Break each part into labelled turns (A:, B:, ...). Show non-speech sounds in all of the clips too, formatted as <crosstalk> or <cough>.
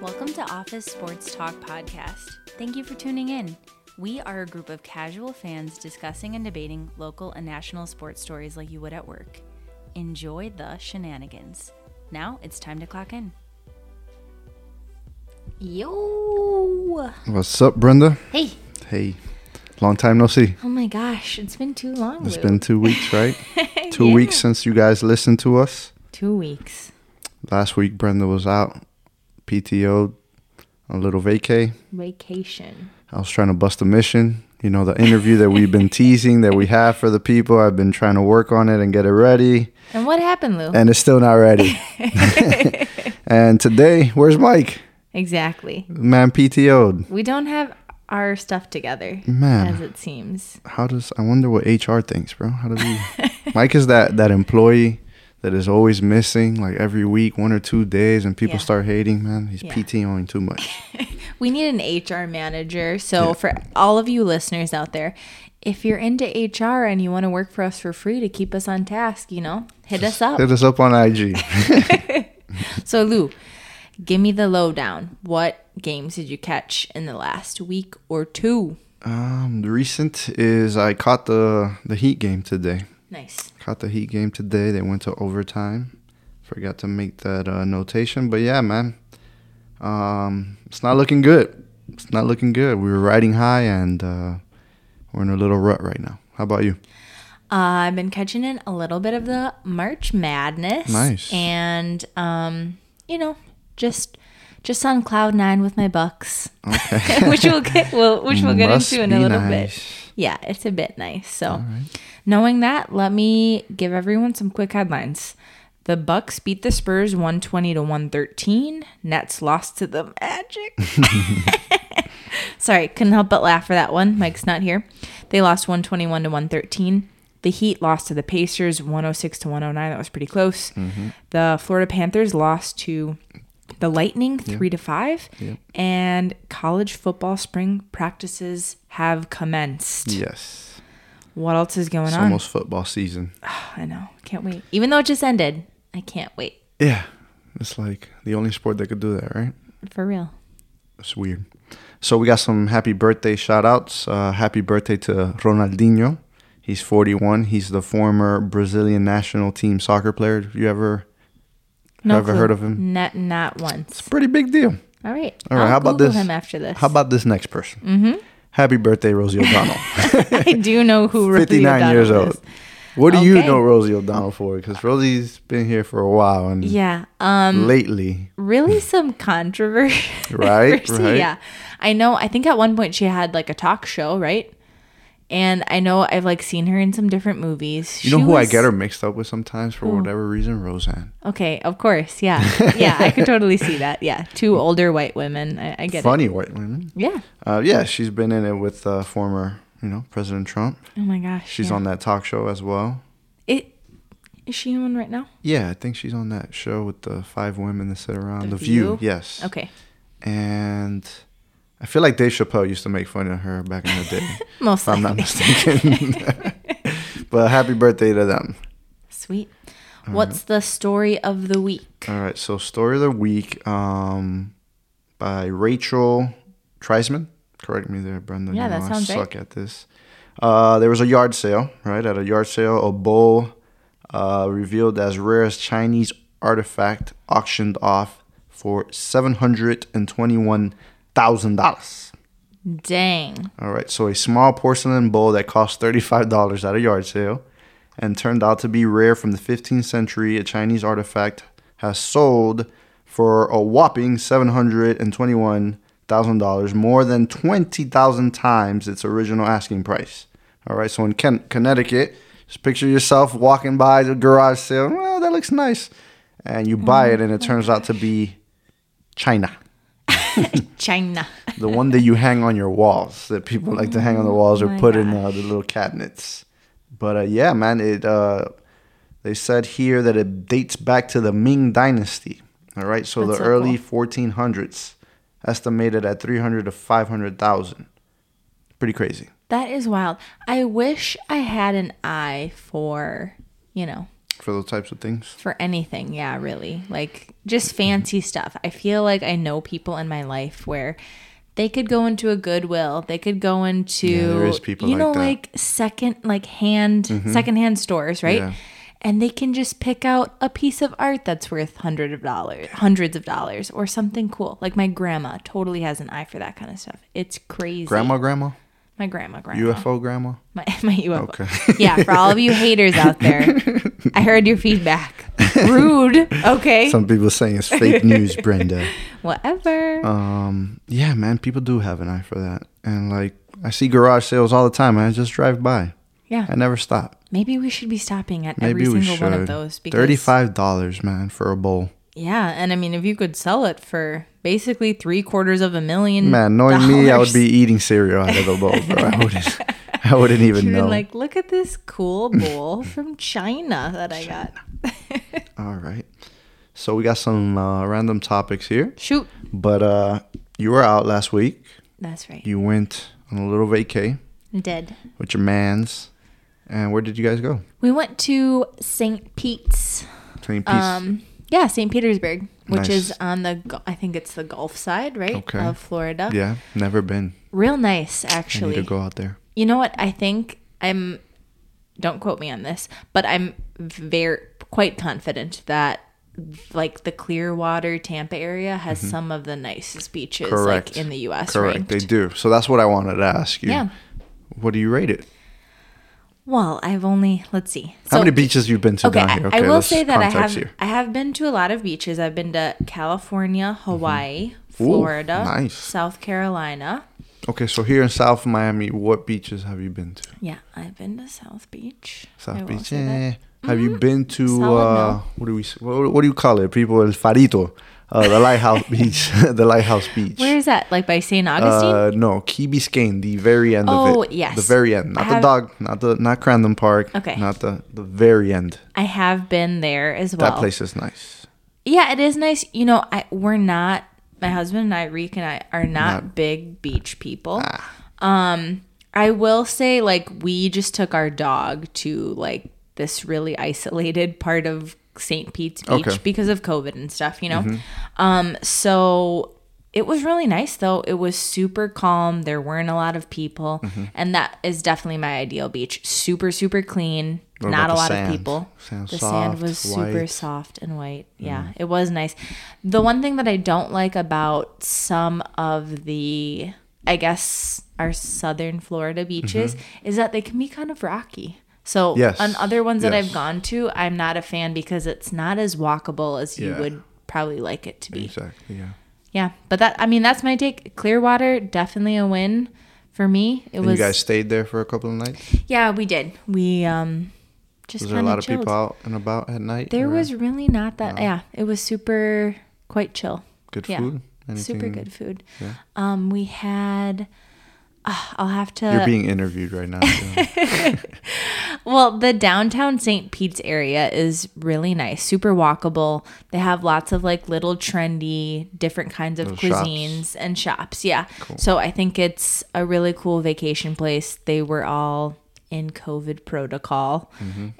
A: Welcome to Office Sports Talk Podcast. Thank you for tuning in. We are a group of casual fans discussing and debating local and national sports stories like you would at work. Enjoy the shenanigans. Now it's time to clock in. Yo!
B: What's up, Brenda?
A: Hey!
B: Hey, long time no see.
A: Oh my gosh, it's been too long.
B: It's
A: Lou.
B: been two weeks, right? two
A: Yeah.
B: weeks since you guys listened to us.
A: two weeks.
B: Last week, Brenda was out, PTO, a little vacay.
A: Vacation.
B: I was trying to bust a mission. You know, the interview that we've been teasing that we have for the people. I've been trying to work on it and get it ready,
A: And what happened, Lou?
B: and it's still not ready. <laughs> and today, where's Mike?
A: Exactly.
B: Man, PTO'd.
A: We don't have our stuff together,
B: Man,
A: as it seems.
B: how does I wonder what HR thinks, bro? How
A: <laughs>
B: does he? Mike is that that employee that is always missing, like every week, one or two days, and people
A: Yeah.
B: start hating. Man, he's
A: Yeah.
B: PTOing too much.
A: We need an HR manager. So, for all of you listeners out there, if you're into HR and you want to work for us for free to keep us on task, you know, hit us up.
B: Hit us up on IG.
A: So, Lou, give me the lowdown. What games did you catch in the last week or two?
B: um, the recent is I caught the the Heat game today.
A: Nice.
B: Caught the Heat game today. They went to overtime. Forgot to make that uh, notation, but yeah, man, um, it's not looking good. It's not looking good. We were riding high, and uh, we're in a little rut right now. How about you?
A: Uh, I've been catching in a little bit of the March Madness.
B: Nice.
A: And, um, you know, just just on cloud nine with my bucks, <laughs>
B: Okay.
A: which we'll get we'll, which we'll get
B: Must
A: into in a
B: be
A: little bit.
B: nice.
A: Yeah, it's a bit nice. So, knowing that, let me give everyone some quick headlines. The Bucks beat the Spurs 120 to 113. Nets lost to the Magic. Sorry, couldn't help but laugh for that one. Mike's not here. They lost 121 to 113. The Heat lost to the Pacers 106 to 109. That was pretty close. The Florida Panthers lost to the Lightning 3 to 5.
B: Yep.
A: And college football spring practices have commenced.
B: Yes.
A: What else is going
B: It's
A: on?
B: almost football season.
A: I know. Can't wait. Even though it just ended, I can't wait.
B: Yeah. It's like the only sport that could do that, right?
A: For real.
B: It's weird. So we got some happy birthday shout outs. Uh, happy birthday to Ronaldinho. He's 41. He's the former Brazilian national team soccer player. Have you ever ever
A: clue.
B: heard of him?
A: Not not once.
B: Pretty big deal.
A: All right.
B: Mm. All right,
A: I'll
B: how about
A: Google
B: this?
A: him after this.
B: How about this next person? Mm-hmm. Happy birthday, Rosie
A: <laughs>
B: O'Donnell.
A: I do know who Rosie
B: 59 years
A: O'Donnell
B: old.
A: is.
B: What do you
A: Okay.
B: know Rosie O'Donnell for? Because Rosie's been here for a while and
A: Yeah. Um
B: lately,
A: really some controversy. <laughs>
B: Right, right.
A: Yeah. I know I think at one point she had like a talk show, right? And I know I've like seen her in some different movies.
B: You know
A: She
B: who I
A: was-
B: get her mixed up with sometimes for whatever reason? Roseanne.
A: <laughs> Okay, of course.
B: <laughs>
A: Yeah. Yeah, I could totally see that. Yeah. Two older white women. I, I get
B: Funny white women.
A: it. Yeah.
B: Uh, yeah, she's been in it with uh, former, you know, President Trump.
A: Oh my gosh.
B: She's
A: yeah.
B: on that talk show as well.
A: It is she on right now?
B: Yeah, I think she's on that show with the five women that sit around.
A: The
B: The, View.
A: View?
B: yes.
A: Okay.
B: And I feel like Dave Chappelle used to make fun of her back in the day, if
A: Most likely.
B: I'm
A: <laughs>
B: not mistaken. <laughs> but happy birthday to them.
A: Sweet. What's the story of the week?
B: All right, so story of the week um, by Rachel Treisman. Correct me there, Brenda.
A: Yeah, that sounds
B: I
A: right.
B: suck at this. Uh, there was a yard sale, right? At a yard sale, a bowl uh, revealed as rare as Chinese artifact auctioned off for seven hundred and twenty-one thousand dollars.
A: Dang.
B: All right, so a small porcelain bowl that cost $35 at a yard sale and turned out to be rare from the 15th century, a Chinese artifact has sold for a whopping $721,000, more than 20,000 times its original asking price. All right, so in Ken- Connecticut, just picture yourself walking by the garage sale. Well, that looks nice. And you buy it, and it turns out to be China
A: China. <laughs>
B: the one that you hang on your walls that people like to hang
A: Oh
B: on the walls or put in uh, the little cabinets but uh, yeah man it uh, they said here that it dates back to the ming dynasty all right so
A: That's
B: the
A: so
B: early 1400s estimated at 300 to 500000 pretty crazy
A: That is wild. I wish I had an eye for, you know,
B: for those types of things.
A: for anything yeah really like just fancy stuff i feel like i know people in my life where they could go into a goodwill they could go into
B: Yeah, there is people
A: you
B: like
A: know
B: that. Mm-hmm.
A: like second like hand secondhand stores right
B: Yeah.
A: and they can just pick out a piece of art that's worth hundreds of dollars hundreds of dollars or something cool like my grandma totally has an eye for that kind of stuff it's crazy
B: Grandma, grandma,
A: my grandma grandma
B: UFO, grandma.
A: my, <laughs> my UFO. Yeah, for all of you haters out
B: <laughs>
A: there, I heard your feedback. Rude. Okay.
B: Some people saying it's
A: <laughs>
B: fake news, Brenda.
A: Whatever.
B: Um, yeah, man, people do have an eye for that, and like I see garage sales all the time. and I just drive by. I
A: yeah.
B: never stop.
A: Maybe we should be stopping at
B: Maybe
A: every
B: we
A: single
B: should.
A: one of those. Because,
B: Thirty-five dollars, man, for a bowl.
A: Yeah. And I mean, if you could sell it for basically three quarters of a million.
B: Man, knowing
A: <laughs>
B: me, I
A: Mm.
B: would be
A: dollars,
B: eating cereal out of the bowl, bro. I
A: <laughs>
B: wouldn't. I wouldn't even
A: you'd be
B: know.
A: like, look at this
B: <laughs>
A: cool bowl from China that I got.
B: all right. So we got some uh, random topics here,
A: Shoot.
B: but uh, you were out last week.
A: That's right.
B: You went on a little vacay
A: Dead.
B: with your mans, and where did you guys go?
A: We went to St. Pete's.
B: St. Pete's.
A: Um, yeah, St. Petersburg, which
B: Nice.
A: is on the Gu- I think it's the Gulf side, right,
B: Okay.
A: of Florida.
B: yeah, never been.
A: Real nice,
B: I need to
A: actually.
B: go out there.
A: You know what? I think I'm. Don't quote me on this, but I'm very quite confident that like the Clearwater, Tampa area has some of the nicest beaches
B: Mm-hmm. Correct.
A: like in the U.S.
B: Correct.
A: ranked.
B: They do. So that's what I wanted to ask you.
A: Yeah.
B: What do you rate it?
A: Well, I've only let's see.
B: How
A: So-
B: many beaches you've been to
A: okay,
B: down
A: I-
B: here?
A: I will
B: let's
A: say that I have
B: context here.
A: I have been to a lot of beaches. I've been to California, Hawaii, Florida,
B: Mm-hmm. nice.
A: South Carolina.
B: Okay, so here in South Miami, what beaches have you been to?
A: Yeah, I've been to South Beach. I
B: South
A: will
B: Beach.
A: say that. Mm-hmm.
B: eh. Have you been to
A: Solid
B: uh,
A: no.
B: what do we s- what, what do you call it? People El Farito, uh, the lighthouse
A: <laughs>
B: beach, <laughs> the lighthouse beach.
A: Where is that? Like by St. Augustine?
B: uh, no, Key Biscayne, the very end of
A: Oh,
B: it.
A: yes.
B: the very end,
A: I
B: not the
A: have-
B: dog, not the not Crandon Park,
A: Okay.
B: not the the very end.
A: I have been there as well.
B: That place is nice.
A: Yeah, it is nice. You know, I we're not my husband and I, Reek and I are not big beach people.
B: Ah.
A: Um I will say like we just took our dog to like this really isolated part of St. Pete's Beach
B: Okay. Mm-hmm.
A: because of COVID and stuff, you know. Um so it was really nice though. It was super calm. There weren't a lot of people,
B: Mm-hmm.
A: and that is definitely my ideal beach. Super super clean.
B: What
A: not a
B: about
A: lot
B: the
A: of
B: sand?
A: people.
B: Sand
A: the
B: soft,
A: sand was super
B: white.
A: soft and white. Yeah,
B: Mm-hmm.
A: it was nice. The one thing that I don't like about some of the, I guess, our southern Florida beaches is that they can be kind of rocky. So
B: Mm-hmm. Yes.
A: on other ones that I've
B: Yes.
A: gone to, I'm not a fan because it's not as walkable as you
B: Yeah.
A: would probably like it to be.
B: Exactly. Yeah.
A: Yeah, but that I mean that's my take. Clearwater definitely a win for me. It
B: And
A: was
B: you guys stayed there for a couple of nights.
A: yeah we did we um just
B: Was there a
A: kind
B: lot
A: of
B: of
A: chilled.
B: people out and about at night?
A: There
B: or
A: was really not that. Yeah, it was super quite chill.
B: good
A: yeah,
B: food.
A: super
B: Anything-
A: good food.
B: Yeah.
A: Um, we had. Uh, I'll have
B: You're
A: to.
B: being interviewed
A: <laughs>
B: right now. so-
A: well, the downtown St. Pete's area is really nice, super walkable. They have lots of like little trendy, different kinds of
B: Little shops.
A: cuisines and shops. Yeah. So I think it's a really cool vacation place. They were all in COVID protocol,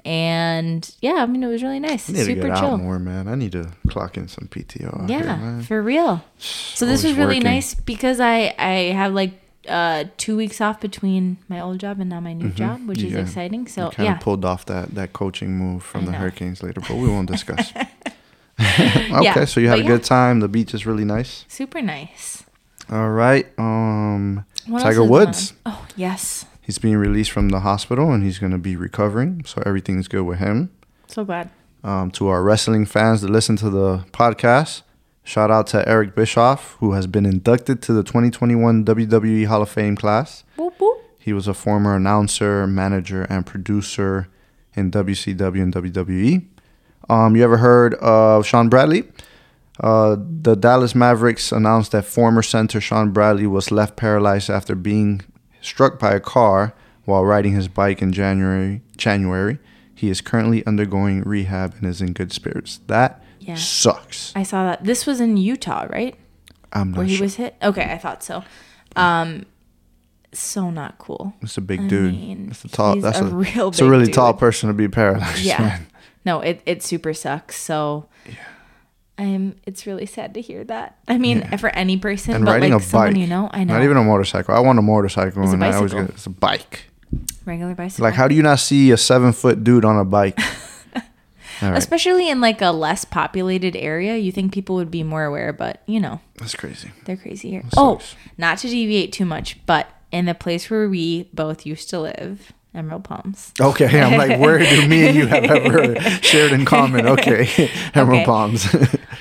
A: and yeah, I mean it was really nice,
B: I need
A: super
B: Mm-hmm. to get
A: chill.
B: out more, man. I need to clock in some PTO. out here,
A: Yeah,
B: man.
A: for real. So this was
B: Always
A: really
B: working.
A: nice because I I have like uh two weeks off between my old job and now my new job, which is
B: Mm-hmm. Yeah.
A: exciting. So
B: we kind
A: yeah,
B: of pulled off that that coaching move from
A: I
B: the
A: know.
B: Hurricanes later, but we
A: <laughs>
B: won't discuss. <laughs> okay, so you had
A: but yeah.
B: a good time. The beach is really nice.
A: super nice.
B: All right. Um,
A: What else
B: Tiger
A: is going
B: Woods.
A: on? Oh yes,
B: He's being released from the hospital and he's going to be recovering. So everything's good with him.
A: so glad.
B: um, to our wrestling fans that listen to the podcast. Shout out to Eric Bischoff, who has been inducted to the 2021 WWE E Hall of Fame class.
A: Whoop, whoop.
B: He was a former announcer, manager, and producer in WCW and WWE. Um, you ever heard of Sean Bradley? Uh, the Dallas Mavericks announced that former center Sean Bradley was left paralyzed after being struck by a car while riding his bike in January. January, he is currently undergoing rehab and is in good spirits. That
A: Yeah.
B: sucks.
A: I saw that. This was in Utah, right?
B: I'm
A: Where
B: not
A: he
B: sure.
A: was hit. Okay, I thought so. Um, so not cool.
B: It's a big
A: I
B: dude.
A: mean,
B: it's a tall.
A: he's
B: That's
A: a
B: a,
A: real
B: It's a
A: big
B: really
A: dude.
B: tall person to be paralyzed.
A: Yeah.
B: man.
A: no, it it super sucks. So I'm it's really sad to hear that. I mean, for any person,
B: And
A: but
B: riding
A: like
B: a
A: someone
B: bike.
A: you know, I know
B: Not even a motorcycle. I want a motorcycle,
A: It's a
B: and I always
A: bicycle.
B: get it's a bike.
A: regular bicycle.
B: Like, how do you not see a seven foot dude on a
A: <laughs>
B: bike? All right,
A: Especially in like a less populated area, you think people would be more aware, but you know,
B: that's crazy.
A: they're crazy here.
B: That
A: Oh,
B: sucks.
A: not to deviate too much, but in the place where we both used to live, Emerald Palms.
B: Okay, I'm like, where do me and
A: <laughs>
B: you have ever shared in common? Okay, Emerald
A: Okay. <laughs>
B: Palms.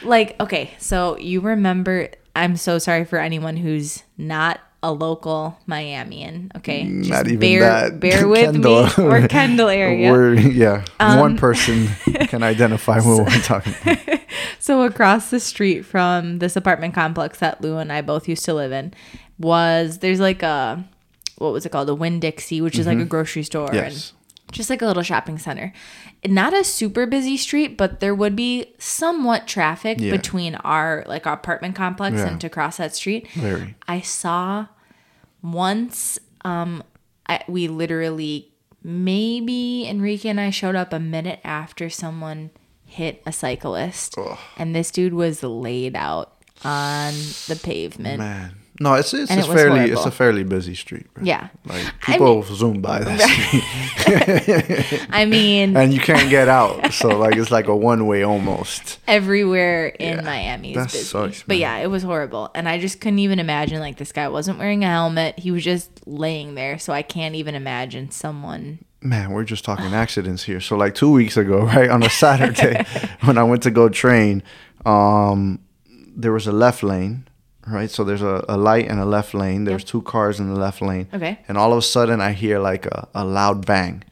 A: Like, okay, so you remember, I'm so sorry for anyone who's not a local Miamian, okay? Just
B: Not even
A: bear,
B: that. <laughs>
A: Bear with
B: Kendall.
A: me. Or Kendall area.
B: We're, yeah,
A: Um,
B: one
A: <laughs>
B: person can identify what we're talking about.
A: So across the street from this apartment complex that Lou and I both used to live in was there's like a what was it called a Winn Dixie, which is like a grocery store
B: Mm-hmm. Yes.
A: and just like a little shopping center. Not a super busy street, but there would be somewhat traffic
B: Yeah.
A: between our like our apartment complex
B: Yeah.
A: and to cross that street.
B: Very.
A: I saw once um, I, we literally maybe Enrique and I showed up a minute after someone hit a cyclist, and this dude was laid out on the pavement.
B: Man. No, it's it's,
A: And
B: a
A: it was
B: fairly it's
A: horrible.
B: a fairly busy street. Right?
A: Yeah,
B: Like
A: I
B: people zoom by that street
A: I mean
B: <laughs> and you can't get out. So like it's like a
A: <laughs>
B: one way almost.
A: everywhere in Miami is
B: that
A: busy.
B: sucks,
A: but yeah, it was horrible, and I just couldn't even imagine like this guy wasn't wearing a helmet; he was just laying there. So I can't even imagine someone.
B: Man, we're just talking accidents here. So like two weeks ago, <laughs> right on
A: <laughs>
B: a Saturday, when I went to go train, um, there was a left lane, right? So there's a, a light and a left lane. There's two cars in the left lane.
A: Okay.
B: And all of a sudden, I hear like a, a loud bang,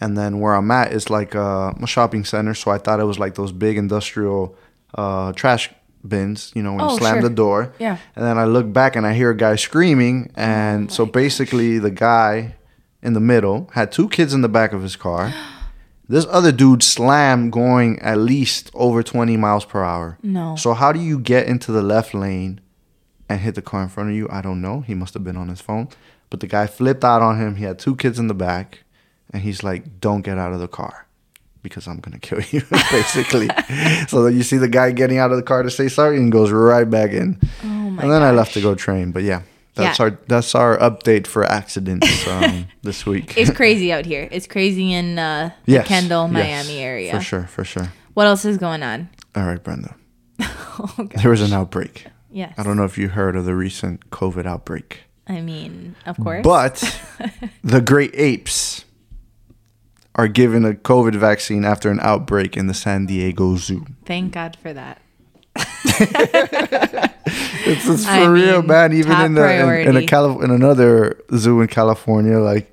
B: and then where I'm at is like a, a shopping center. So I thought it was like those big industrial uh, trash bins, you know, when
A: Oh,
B: you slam
A: sure.
B: the door.
A: Yeah.
B: And then I look back and I hear a guy screaming. And so basically, the guy in the middle had two kids in the back of his car. This other dude slammed going at least over 20 miles per hour.
A: No.
B: So, how do you get into the left lane and hit the car in front of you? I don't know. He must have been on his phone. But the guy flipped out on him. He had two kids in the back. And he's like, don't get out of the car because I'm going to <laughs> kill you, basically. so then you see the guy getting out of the car to say sorry and goes right back in.
A: Oh my!
B: and then I left
A: gosh.
B: to go train. But yeah, that's
A: Yeah.
B: our that's our update
A: <laughs>
B: for accidents um, this week.
A: It's crazy out here. It's crazy in uh, the
B: <laughs> Yes,
A: Kendall,
B: yes,
A: Miami area.
B: For sure, for sure.
A: What else is going on? <laughs>
B: All right, Brenda.
A: Oh God.
B: There was an outbreak.
A: Yes.
B: I don't know if you heard of the recent COVID outbreak,
A: I mean, of course. <laughs>
B: but the great apes are given a COVID vaccine after an outbreak in the San Diego Zoo.
A: Thank God for that.
B: It's, it's for
A: I
B: real,
A: mean,
B: man. Even
A: top
B: in the in, in a
A: priority.
B: Calif- in another zoo in California, like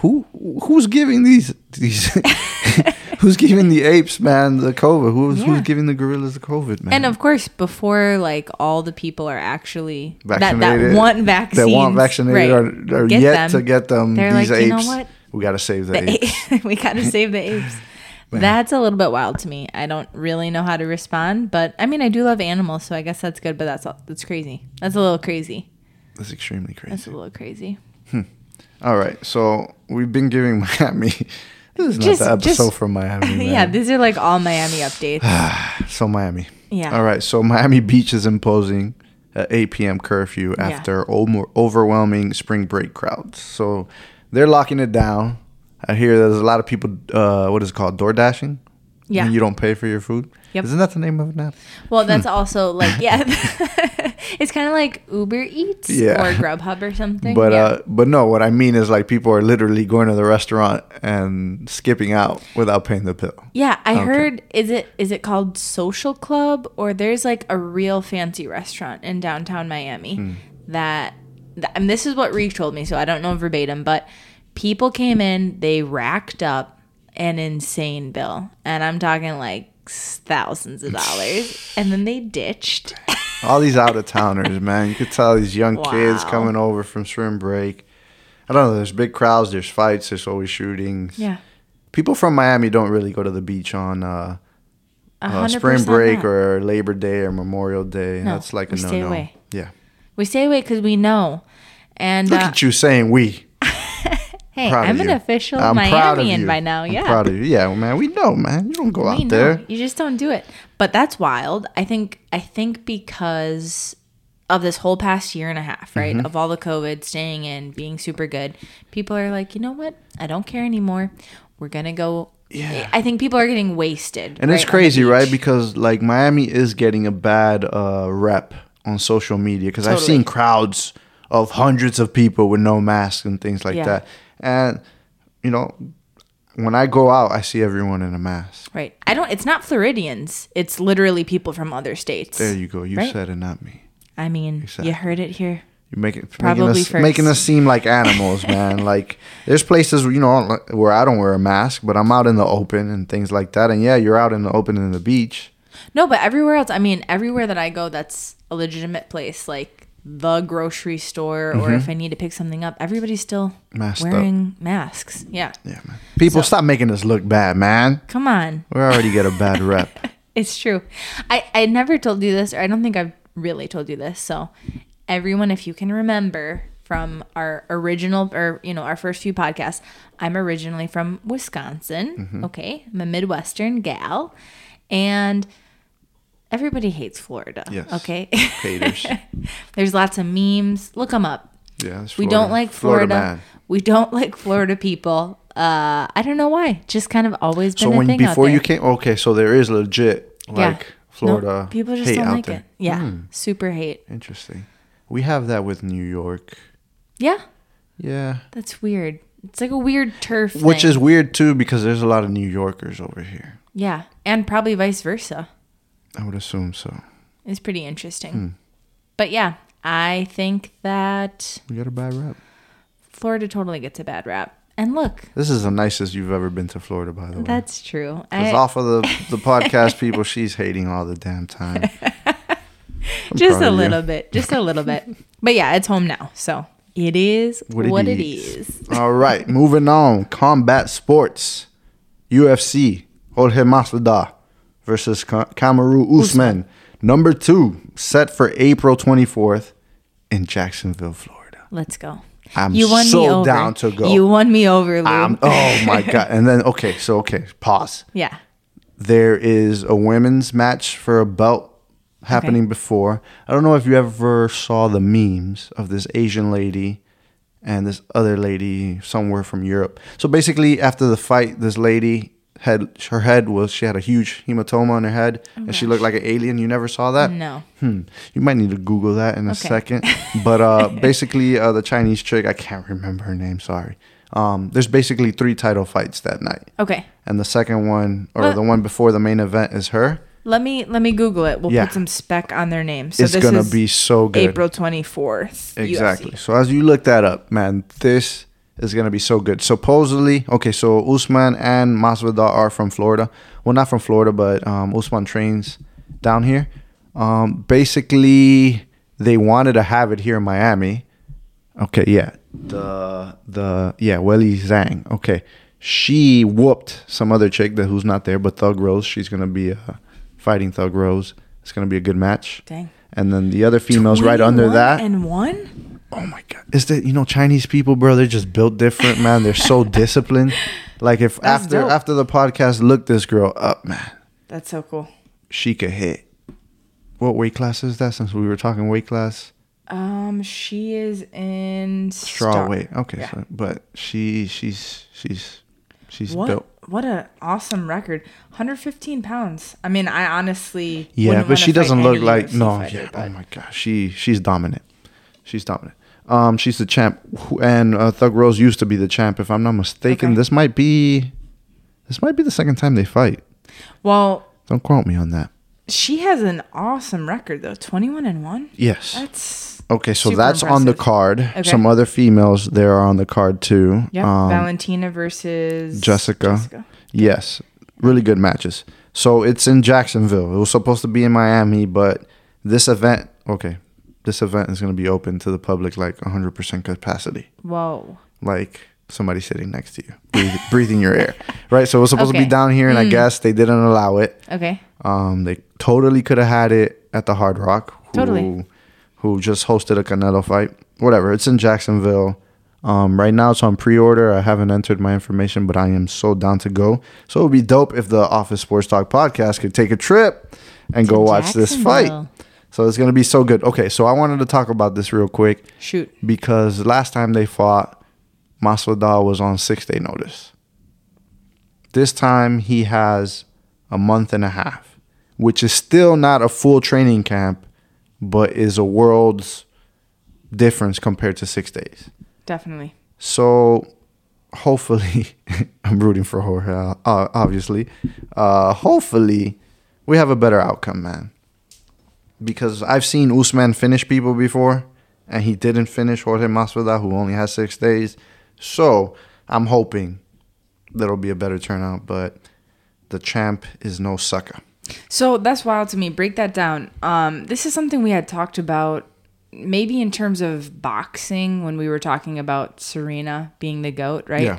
B: who who's giving these these <laughs> who's giving the apes, man, the COVID? Who's who's
A: Yeah.
B: giving the gorillas the COVID, man?
A: And of course, before like all the people are actually that, that
B: Vaccinated-
A: want vaccines,
B: that want vaccinated
A: right,
B: are, are
A: get
B: yet
A: them.
B: to get them
A: They're
B: these
A: like,
B: apes.
A: "You know what?
B: We gotta save the,
A: The
B: apes.
A: ape- <laughs> we gotta save the
B: <laughs>
A: apes. That's a little bit wild to me. I don't really know how to respond, but I mean, I do love animals, so I guess that's good. But that's all, that's crazy. That's a little crazy.
B: That's extremely
A: That's a
B: crazy.
A: little crazy. <laughs>
B: All right, so we've been giving <laughs> Miami. This is
A: Just-
B: not the episode
A: just-
B: from Miami.
A: <laughs>
B: Man.
A: yeah, these are like all Miami
B: <sighs>
A: updates.
B: so Miami.
A: Yeah.
B: All right, so <laughs> Miami Beach is imposing a 8 p.m. curfew
A: Yeah.
B: after over- overwhelming spring break crowds. So they're locking it down. I hear there's a lot of people. Uh, what is it called? Door dashing.
A: Yeah.
B: And you don't pay for your food.
A: Yep.
B: Isn't that the name of it now?
A: Well, that's
B: Hmm.
A: also
B: <laughs>
A: like yeah, <laughs> it's kind of like Uber Eats
B: Yeah.
A: or Grubhub or something.
B: But
A: yeah.
B: uh, but no, what I mean is like people are literally going to the restaurant and skipping out without paying the bill.
A: yeah, I
B: okay.
A: heard is it is it called Social Club or there's like a real fancy restaurant in downtown Miami
B: Hmm.
A: that, that and this is what Reek told me, so I don't know verbatim, but people came in, they racked up an insane bill, and I'm talking like s- thousands of dollars, and then they
B: <laughs>
A: ditched.
B: All these out
A: <laughs>
B: of towners, man. You could tell these young kids
A: Wow.
B: coming over from spring break. I don't know. There's big crowds. There's fights. There's always shootings.
A: Yeah,
B: People from Miami don't really go to the beach on uh,
A: A
B: uh,
A: hundred
B: spring
A: percent
B: break
A: not.
B: or Labor Day or Memorial Day.
A: No,
B: That's like a
A: we
B: no
A: stay
B: no.
A: away.
B: Yeah.
A: we stay away because we know, and
B: Look
A: uh,
B: at you saying we.
A: <laughs> Hey,
B: proud of
A: I'm an
B: you.
A: official
B: I'm proud of
A: Miamian
B: you.
A: by now.
B: I'm
A: Yeah.
B: proud of you. Yeah, man. We know, man. You don't go
A: We
B: out
A: know.
B: there.
A: You just don't do it. But that's wild. I think I think because of this whole past year and a half, right?
B: Mm-hmm.
A: Of all the COVID, staying in, being super good, people are like, you know what? I don't care anymore. We're gonna go.
B: Yeah.
A: I think people are getting wasted.
B: And
A: right,
B: it's
A: on the
B: crazy, right?
A: beach.
B: Because like Miami is getting a bad uh, rep on social media because I've
A: Totally.
B: seen crowds of hundreds of people with no masks and things like
A: Yeah.
B: that. And you know, when I go out, I see everyone in a mask.
A: right. I don't. It's not Floridians. It's literally people from other states.
B: There you go. You
A: Right.
B: said it, not me.
A: I mean,
B: Exactly.
A: you heard it here.
B: You're making making
A: Probably
B: us making
A: first.
B: us seem
A: <laughs>
B: like animals, man. like there's places you know like, where I don't wear a mask, but I'm out in the open and things like that. And yeah, you're out in the open in the beach.
A: No, but everywhere else, I mean, everywhere that I go, that's a legitimate place, like the grocery store, or if I need to pick something up, everybody's still
B: Mm-hmm. Masked up.
A: wearing masks. Yeah.
B: Yeah, man. People,
A: So-
B: stop making us look bad, man.
A: Come on.
B: We already get a
A: <laughs>
B: bad rep.
A: It's true. I, I never told you this, or I don't think I've really told you this. So, everyone, if you can remember from our original or, you know, our first few podcasts, I'm originally from Wisconsin.
B: Mm-hmm.
A: Okay. I'm a Midwestern gal. And everybody hates Florida.
B: Yes.
A: Okay. <laughs>
B: Haters.
A: There's lots of memes. Look them up.
B: Yeah, it's
A: We don't
B: Florida.
A: like
B: Florida
A: Florida.
B: man.
A: we don't <laughs> like Florida people. Uh, I don't know why. Just kind of always been
B: So
A: a
B: when
A: thing out
B: before
A: there.
B: you came, okay, so there is legit
A: Yeah.
B: like
A: No,
B: Florida
A: people just
B: hate
A: don't
B: out
A: like
B: there. Hmm.
A: it. Yeah, super hate.
B: Interesting. We have that with New York.
A: Yeah,
B: Yeah,
A: that's weird. It's like a weird turf.
B: which
A: thing.
B: is weird too because there's a lot of New Yorkers over here.
A: yeah, and probably vice versa.
B: I would assume so.
A: It's pretty interesting.
B: Hmm.
A: But yeah, I think that
B: We got a bad rep.
A: Florida totally gets a bad rap. And look,
B: This is the nicest you've ever been to Florida, by the way.
A: that's true.
B: Because
A: I,
B: off of the, the podcast people, she's hating all the damn time. I'm
A: just
B: proud
A: a
B: of you.
A: little bit, just a little
B: <laughs>
A: bit. But yeah, it's home now, so it is <laughs> what it, it is.
B: All right, moving on. Combat sports, UFC. Jorge Masvidal versus Ka- Kamaru Usman. Number two, set for April 24th in Jacksonville, Florida.
A: Let's go.
B: I'm
A: you won
B: so
A: me over.
B: down to go.
A: You won me over, Lou.
B: Um, oh my god! And then okay, so okay, pause.
A: yeah.
B: There is a women's match for a belt happening before. I don't know if you ever saw the memes of this Asian lady and this other lady somewhere from Europe. So basically, after the fight, this lady had her head was she had a huge hematoma on her head, and she looked like an alien. You never saw that?
A: Oh No.
B: Hmm. You might need to Google that in a
A: Okay. <laughs>
B: second. But uh, basically, uh, the Chinese chick, I can't remember her name, sorry. Um, there's basically three title fights that night.
A: Okay.
B: And the second one, or
A: But-
B: the one before the main event, is her.
A: Let me let me Google it. We'll
B: Yeah.
A: put some spec on their name. So
B: it's
A: this
B: going to
A: is
B: be so good.
A: April twenty fourth.
B: Exactly. So as you look that up, man, this is gonna be so good. Supposedly, okay, so Usman and Masvidal are from Florida. Well, not from Florida, but um, Usman trains down here. Um, basically, they wanted to have it here in Miami. Okay, yeah. The the yeah, Welly Zhang. Okay, she whooped some other chick that who's not there, but Thug Rose. She's gonna be uh, fighting Thug Rose. It's gonna be a good match.
A: Dang.
B: And then the other females right under
A: 21
B: that.
A: and one.
B: Oh my god! Is that you know Chinese people, bro? They're just built different, man.
A: <laughs>
B: They're so disciplined. Like if
A: That's
B: after
A: dope.
B: after the podcast, look this girl up, man.
A: That's so cool.
B: She could hit. What weight class is that? Since we were talking weight class,
A: Um, she is in
B: straw
A: Star-
B: weight. Okay,
A: Yeah.
B: so, but she she's she's she's
A: What?
B: built.
A: What a awesome record. 115 pounds. I mean, I honestly
B: Yeah,
A: wouldn't
B: but
A: wanna
B: she doesn't
A: fight
B: look
A: any
B: like
A: UFC
B: no.
A: fighter,
B: yeah. Oh
A: but-
B: my gosh, she she's dominant. She's dominant. Um, she's the champ, who- and uh, Thug Rose used to be the champ. If I'm not mistaken,
A: Okay.
B: this might be this might be the second time they fight.
A: Well,
B: Don't quote me on that.
A: she has an awesome record though. 21 and one.
B: Yes.
A: That's
B: okay, so
A: super
B: that's on the
A: impressive.
B: card. Some other females there are on the card too.
A: Yep.
B: Um,
A: Valentina versus
B: Jessica. Yes. Really good matches. So it's in Jacksonville. It was supposed to be in Miami, but this event, okay, this event is going to be open to the public like 100% capacity.
A: Whoa.
B: Like somebody sitting next to you, breathing, <laughs> breathing your air. Right? So it was supposed to
A: Okay. Mm-hmm.
B: be down here, and I guess they didn't allow it.
A: Okay.
B: Um, they totally could have had it at the Hard Rock. Who,
A: Totally.
B: Who just hosted a Canelo fight? Whatever. It's in Jacksonville. Um, right now it's on pre-order. I haven't entered my information, but I am so down to go. So it would be dope if the Office Sports Talk podcast could take a trip and
C: To
B: go watch this fight.
C: Jacksonville.
B: So it's gonna be so good. Okay, so I wanted to talk about this real quick
C: Shoot.
B: because last time they fought, Masvidal was on six day notice. This time he has a month and a half, which is still not a full training camp, but is a world's difference compared to six days.
A: Definitely.
B: So hopefully, <laughs> I'm rooting for Jorge, uh, obviously. Uh, hopefully, we have a better outcome, man. Because I've seen Usman finish people before, and he didn't finish Jorge Masvidal, who only has six days. So I'm hoping there'll be a better turnout, but the champ is no sucker.
A: So that's wild to me. Break that down. Um, this is something we had talked about, maybe in terms of boxing when we were talking about Serena being the goat, right?
B: Yeah.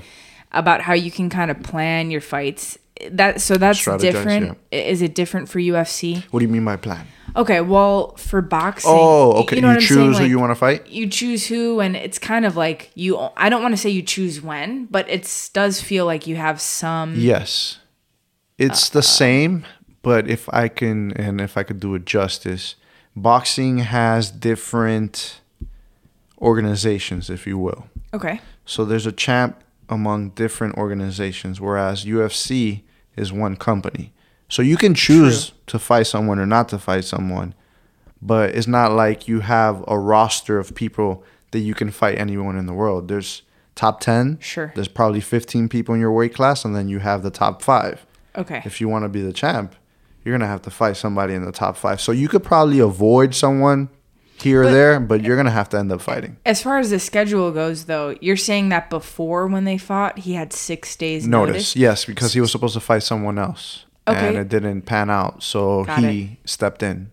A: About how you can kind of plan your fights. That so that's
B: Strategize,
A: different. I- Is it different for UFC?
B: What do you mean by plan?
A: Okay, well for boxing.
B: Oh, okay. You,
A: what I'm
B: choose
A: saying,
B: who
A: like-
B: you want to fight?
A: you choose who and it's kind of like you i don't want to say you choose when but it does feel like you have some
B: Yes. It's the same, but if I can and if I could do it justice, boxing has different organizations, if you will.
A: okay
B: So there's a champ among different organizations, whereas UFC is one company. So you can choose to fight someone or not to fight someone, but it's not like you have a roster of people that you can fight anyone in the world. There's top 10.
A: Sure.
B: There's probably 15 people in your weight class, and then you have the top five
A: okay
B: if you want to be the champ, you're gonna have to fight somebody in the top five. So you could probably avoid someone here or there, but you're gonna have to end up fighting.
A: as far as the schedule goes though you're saying that before when they fought he had six days
B: Notice,
A: notice,
B: yes, because he was supposed to fight someone else, and
A: Okay.
B: it didn't pan out, so
A: Got
B: he stepped in.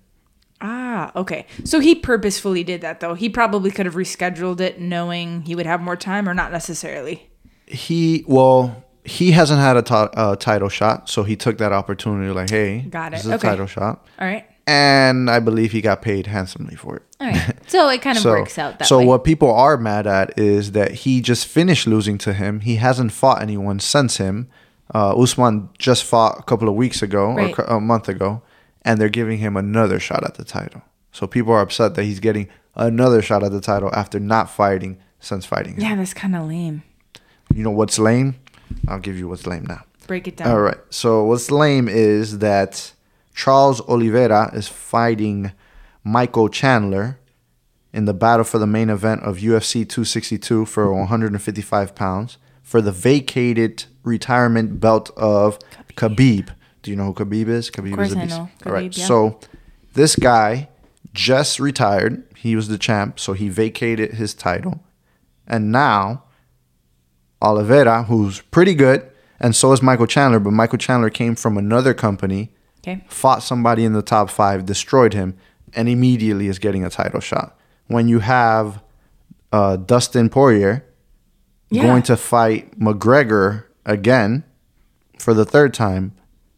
A: ah okay so he purposefully did that though he probably could have rescheduled it knowing he would have more time or not necessarily
B: He well, he hasn't had a ti- uh, title shot, so he took that opportunity. Like, hey,
A: Got
B: This
A: it.
B: is
A: Okay.
B: a title shot,
A: all right
B: and I believe he got paid handsomely for it. <laughs>
C: All right. So it kind of works out that
B: so
C: way.
B: what people are mad at is that he just finished losing to him. He hasn't fought anyone since him. Uh, Usman just fought a couple of weeks ago or
C: Right.
B: cou- a month ago, and they're giving him another shot at the title. So people are upset that he's getting another shot at the title after not fighting since fighting. him.
A: yeah that's kind of lame
B: You know what's lame? I'll give you what's lame now.
A: break it down
B: All right. So what's lame is that Charles Oliveira is fighting Michael Chandler in the battle for the main event of UFC 262 for 155 pounds for the vacated retirement belt of Khabib. Do you know who Khabib is? Khabib
A: course
B: is a
A: I
B: beast.
A: know
B: All right.
A: Khabib, yeah.
B: So this guy just retired. He was the champ, so he vacated his title. And now Oliveira, who's pretty good, and so is Michael Chandler, but Michael Chandler came from another company,
A: okay
B: fought somebody in the top five, destroyed him, and immediately is getting a title shot. When you have uh, Dustin Poirier
A: Yeah.
B: going to fight McGregor again for the third time,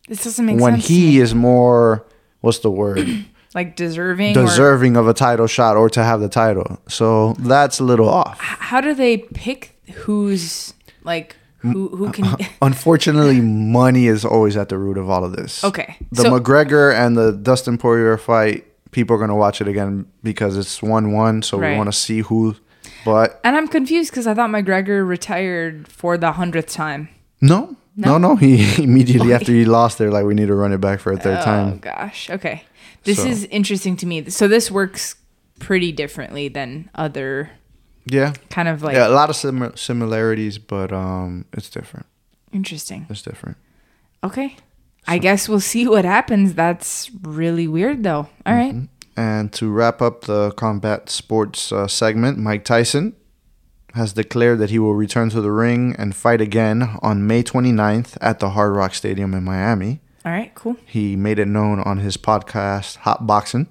A: this doesn't make
B: when
A: sense to me.
B: he is more, what's the
A: <clears throat>
B: word?
A: like deserving or-
B: deserving of a title shot or to have the title. So that's a little off.
A: how do they pick who's like who who
B: <laughs>
A: can <laughs>
B: Unfortunately, money is always at the root of all of this.
A: Okay,
B: The
A: so-
B: McGregor and the Dustin Poirier fight, people are going to watch it again because it's 1 1. So
A: Right.
B: we want to see who. But
A: and i'm confused because i thought mcgregor retired for the hundredth time
B: no, no, no. He <laughs> immediately after he lost, they're like, we need to run it back for a third
A: oh
B: time.
A: gosh okay this
B: Um, So-
A: is interesting to me so this works pretty differently than other
B: Yeah.
A: kind of like
B: yeah. A lot of sim- similarities, but um, it's different.
A: interesting
B: It's different.
A: okay i guess we'll see what happens that's really weird though all right
B: Mm-hmm. And to wrap up the combat sports uh, segment, Mike Tyson has declared that he will return to the ring and fight again on May 29th at the Hard Rock Stadium in Miami.
A: all right cool
B: He made it known on his podcast, Hot Boxing,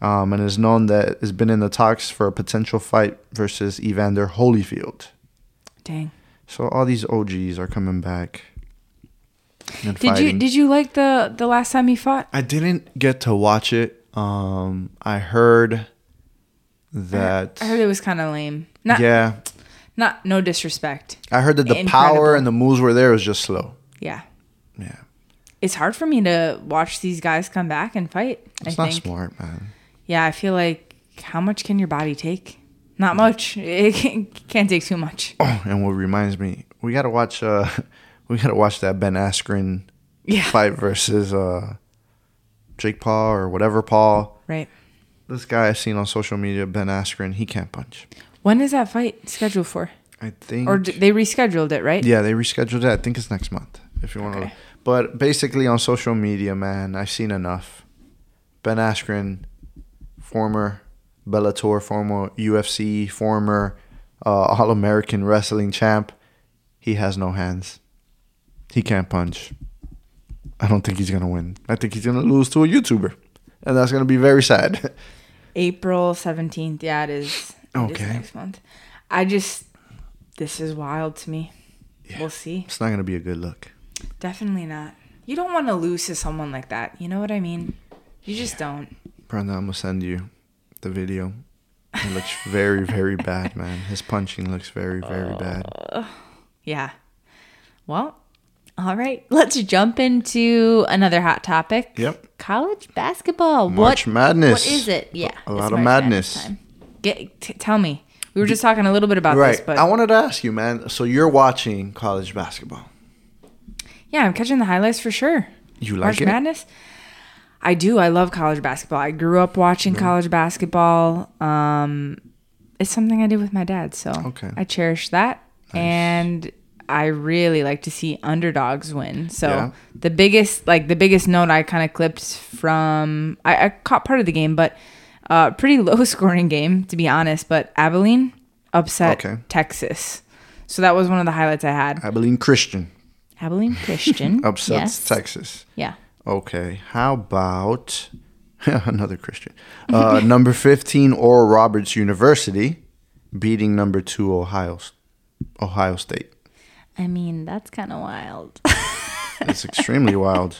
B: um, and is known that has been in the talks for a potential fight versus Evander Holyfield.
A: dang
B: So all these OGs are coming back. and
A: did you
B: fighting.
A: did you like the the last time he fought
B: I didn't get to watch it. Um, I heard that.
A: i heard it was kind of lame not
B: yeah,
A: Not no disrespect.
B: I heard that the power
A: Incredible.
B: and the moves were there. It was just slow.
A: Yeah.
B: Yeah,
A: It's hard for me to watch these guys come back and fight.
B: it's
A: I
B: not
A: think.
B: smart, man. <clears throat>
A: Yeah, I feel like how much can your body take? Not much. <laughs> It can- can't take too much.
B: Oh, and what reminds me, we gotta watch. Uh, <laughs> we gotta watch that Ben Askren
A: Yeah.
B: fight versus uh, Jake Paul or whatever Paul.
A: Right.
B: This guy I've seen on social media, Ben Askren, he can't punch.
A: When is that fight scheduled for?
B: I think.
A: Or d- they rescheduled it, right?
B: yeah, they rescheduled it. I think it's next month. If you want
A: Okay.
B: to, but basically on social media, man, I've seen enough. Ben Askren, former Bellator, former UFC, former uh, All American wrestling champ, he has no hands. He can't punch. I don't think he's gonna win. I think he's gonna lose to a YouTuber, and that's gonna be very sad. <laughs>
A: April 17th. Yeah, it is. it is
B: Okay.
A: next month. I just, this is wild to me. We'll see.
B: it's not gonna be a good look.
A: Definitely not. You don't want to lose to someone like that. You know what I mean? You just don't.
B: Brenda, I'm gonna send you the video. It looks very,
C: <laughs>
B: very bad, man. His punching looks very,
C: Uh,
B: very bad.
A: Yeah. Well,
C: All right, let's jump into another hot topic.
B: Yep.
C: College basketball.
B: March
C: what,
B: Madness.
C: What is it? Yeah.
B: A
C: it's
B: lot of
C: March
B: madness.
C: time.
A: get, t- tell me. We were just talking a little bit about
B: Right.
A: this, but
B: I wanted to ask you, man. So you're watching college basketball.
A: yeah, I'm catching the highlights for sure.
B: You like
A: March
B: it?
A: Madness? I do. I love college basketball. I grew up watching
B: Mm-hmm.
A: college basketball. Um, it's something I did with my dad, so
B: Okay.
A: I cherish that. And I really like to see underdogs win. So
B: Yeah.
A: the biggest, like the biggest note I kind of clipped from, I, I caught part of the game, but uh, pretty <laughs> low scoring game to be honest. But Abilene upset
B: Okay. Uh,
A: Texas, so that was one of the highlights I had.
B: Abilene Christian
C: Abilene
B: <laughs>
C: Christian.
B: upsets
C: yes.
B: Texas.
C: Yeah.
B: Okay. How about <laughs> another Christian? Uh, <laughs> number 15, Oral Roberts University, beating number two, Ohio, Ohio State.
C: I mean, that's kind of wild.
B: It's extremely wild.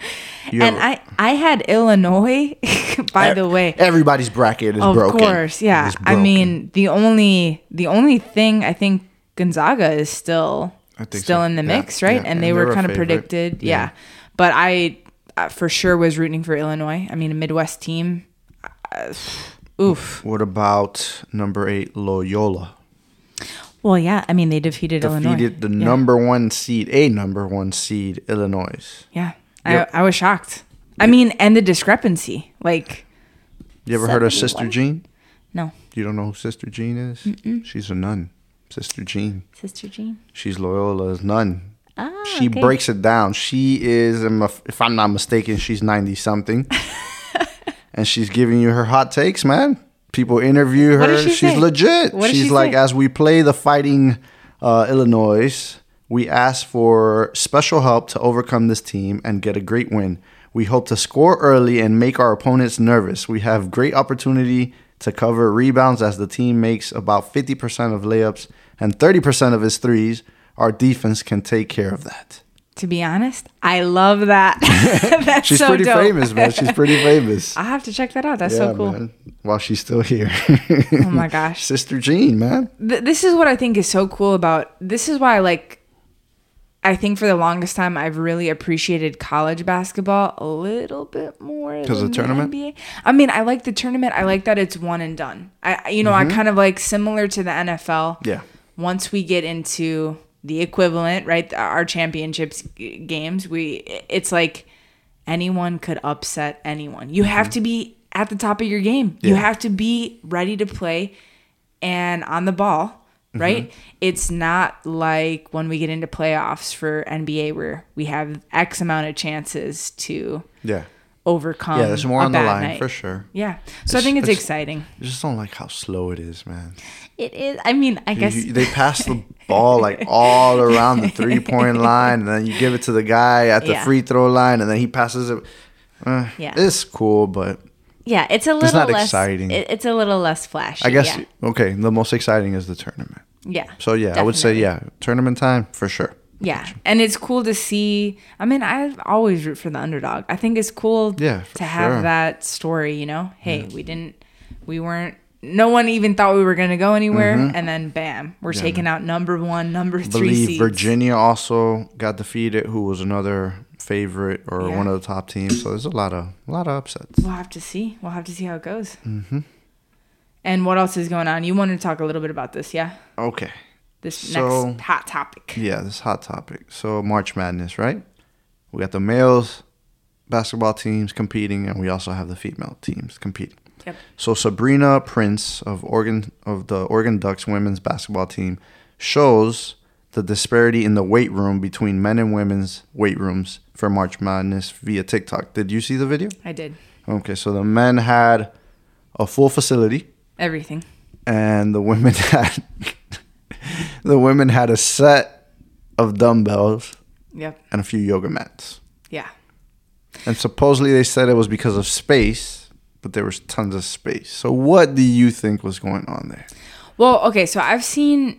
A: <laughs>
B: You
A: And
B: have-
A: I, I had Illinois, <laughs> by the way.
B: everybody's bracket is
A: Of
B: Eh, broken.
A: course, yeah.
B: It's
A: I
B: broken.
A: mean, the only the only thing I think Gonzaga is still
B: I think
A: still
B: so.
A: in the
B: Yeah,
A: mix, right?
B: yeah.
A: And,
B: And
A: they
B: they
A: were
B: were a
A: kind of
B: favorite.
A: predicted,
B: Yeah.
A: yeah. But I uh, for sure was rooting for Illinois. I mean, a Midwest team. Uh, oof.
B: what about number eight Loyola?
A: Well, yeah. I mean, they defeated, Illinois.
B: Defeated the
A: yeah.
B: number one seed, a number one seed Illinois.
A: Yeah,
B: Yep.
A: I, I was shocked. I mean, and the discrepancy, like
B: You ever heard of Sister
C: 71?
B: Jean?
A: no,
B: You don't know who Sister Jean is? She's a nun. Sister Jean.
C: Sister Jean.
B: She's Loyola's nun.
C: Ah,
B: she
C: okay.
B: breaks it down. She is, um, if I'm not mistaken, she's 90 something. and she's giving you her hot takes, man. People interview her.
A: What does she
B: she's
A: say?
B: legit.
A: What does
B: she's
A: she
B: like,
A: say?
B: as we play the fighting uh, Illinois, we ask for special help to overcome this team and get a great win. We hope to score early and make our opponents nervous. We have great opportunity to cover rebounds as the team makes about 50% of layups and 30% of its threes. Our defense can take care of that.
A: to be honest, I love
B: <laughs>
A: that. <laughs> That's
B: She's
A: so
B: pretty
A: dope.
B: famous, man.
A: <laughs>
B: She's pretty famous.
A: I'll have to check that out. That's so cool.
B: man. While she's still here.
A: Oh
B: <laughs>
A: my gosh.
B: Sister Jean, man.
A: Th- this is what I think is so cool about this is why I like I think for the longest time I've really appreciated college basketball a little bit more
B: 'Cause
A: than
B: of the tournament?
A: NBA. I mean, I like the tournament. I like that it's one and done. I I- you know, I kind of like similar to the NFL.
B: Mm-hmm. Yeah.
A: Once we get into the equivalent, right? Our championships g- games, we it's like anyone could upset anyone. You have to be at the top of your game. You
B: Mm-hmm. Yeah.
A: have to be ready to play and on the ball,
B: Mm-hmm.
A: right? It's not like when we get into playoffs for NBA where we have X amount of chances to
B: Yeah.
A: overcome.
B: Yeah, there's more
A: a
B: on the
A: bad
B: line
A: night.
B: for sure.
A: Yeah. So I think it's
B: it's-
A: exciting.
B: I just don't like how slow it is, man.
C: It is. I mean, I guess.
B: You- they pass
C: <laughs>
B: the ball like
A: <laughs>
B: all around the three point line, and then you give it to the guy at the
C: Yeah.
B: free throw line, and then he passes it. Uh,
C: Yeah.
B: It's cool, but
C: yeah, it's a little
B: not
C: less
B: exciting.
C: It, it's a little less flashy.
B: I guess,
C: Yeah.
B: okay, the most exciting is the tournament.
C: yeah.
B: So, yeah, I would say, yeah, tournament time for sure.
A: Yeah. And it's cool to see. I mean, I always root for the underdog. I think it's cool
B: Yeah,
A: to
B: for sure.
A: have that story, you know? Hey, we didn't, we weren't no one even thought we were going to go anywhere. And then bam, we're taking out number one, number
B: I
A: three
B: Mm-hmm. believe
A: seeds.
B: Virginia also got defeated, who was another favorite or
A: Yeah.
B: one of the top teams. So there's a lot of a lot of upsets.
A: We'll have to see. We'll have to see how it goes. Mm-hmm. And what else is going on? You wanted to talk a little bit about this, yeah?
B: Okay.
A: This
B: So-
A: next hot topic.
B: Yeah, this hot topic. So March Madness, right? We got the males basketball teams competing, and we also have the female teams competing.
A: Yep.
B: So Sabrina Prince of Oregon of the Oregon Ducks women's basketball team shows the disparity in the weight room between men and women's weight rooms for March Madness via TikTok. Did you see the video?
A: I did
B: Okay, so the men had a full facility,
A: everything.
B: and the women <laughs> had the women had a set of dumbbells
A: Yep.
B: and a few yoga mats.
A: Yeah.
B: And supposedly they said it was because of space, but there was tons of space. So what do you think was going on there?
A: Well, okay, so I've seen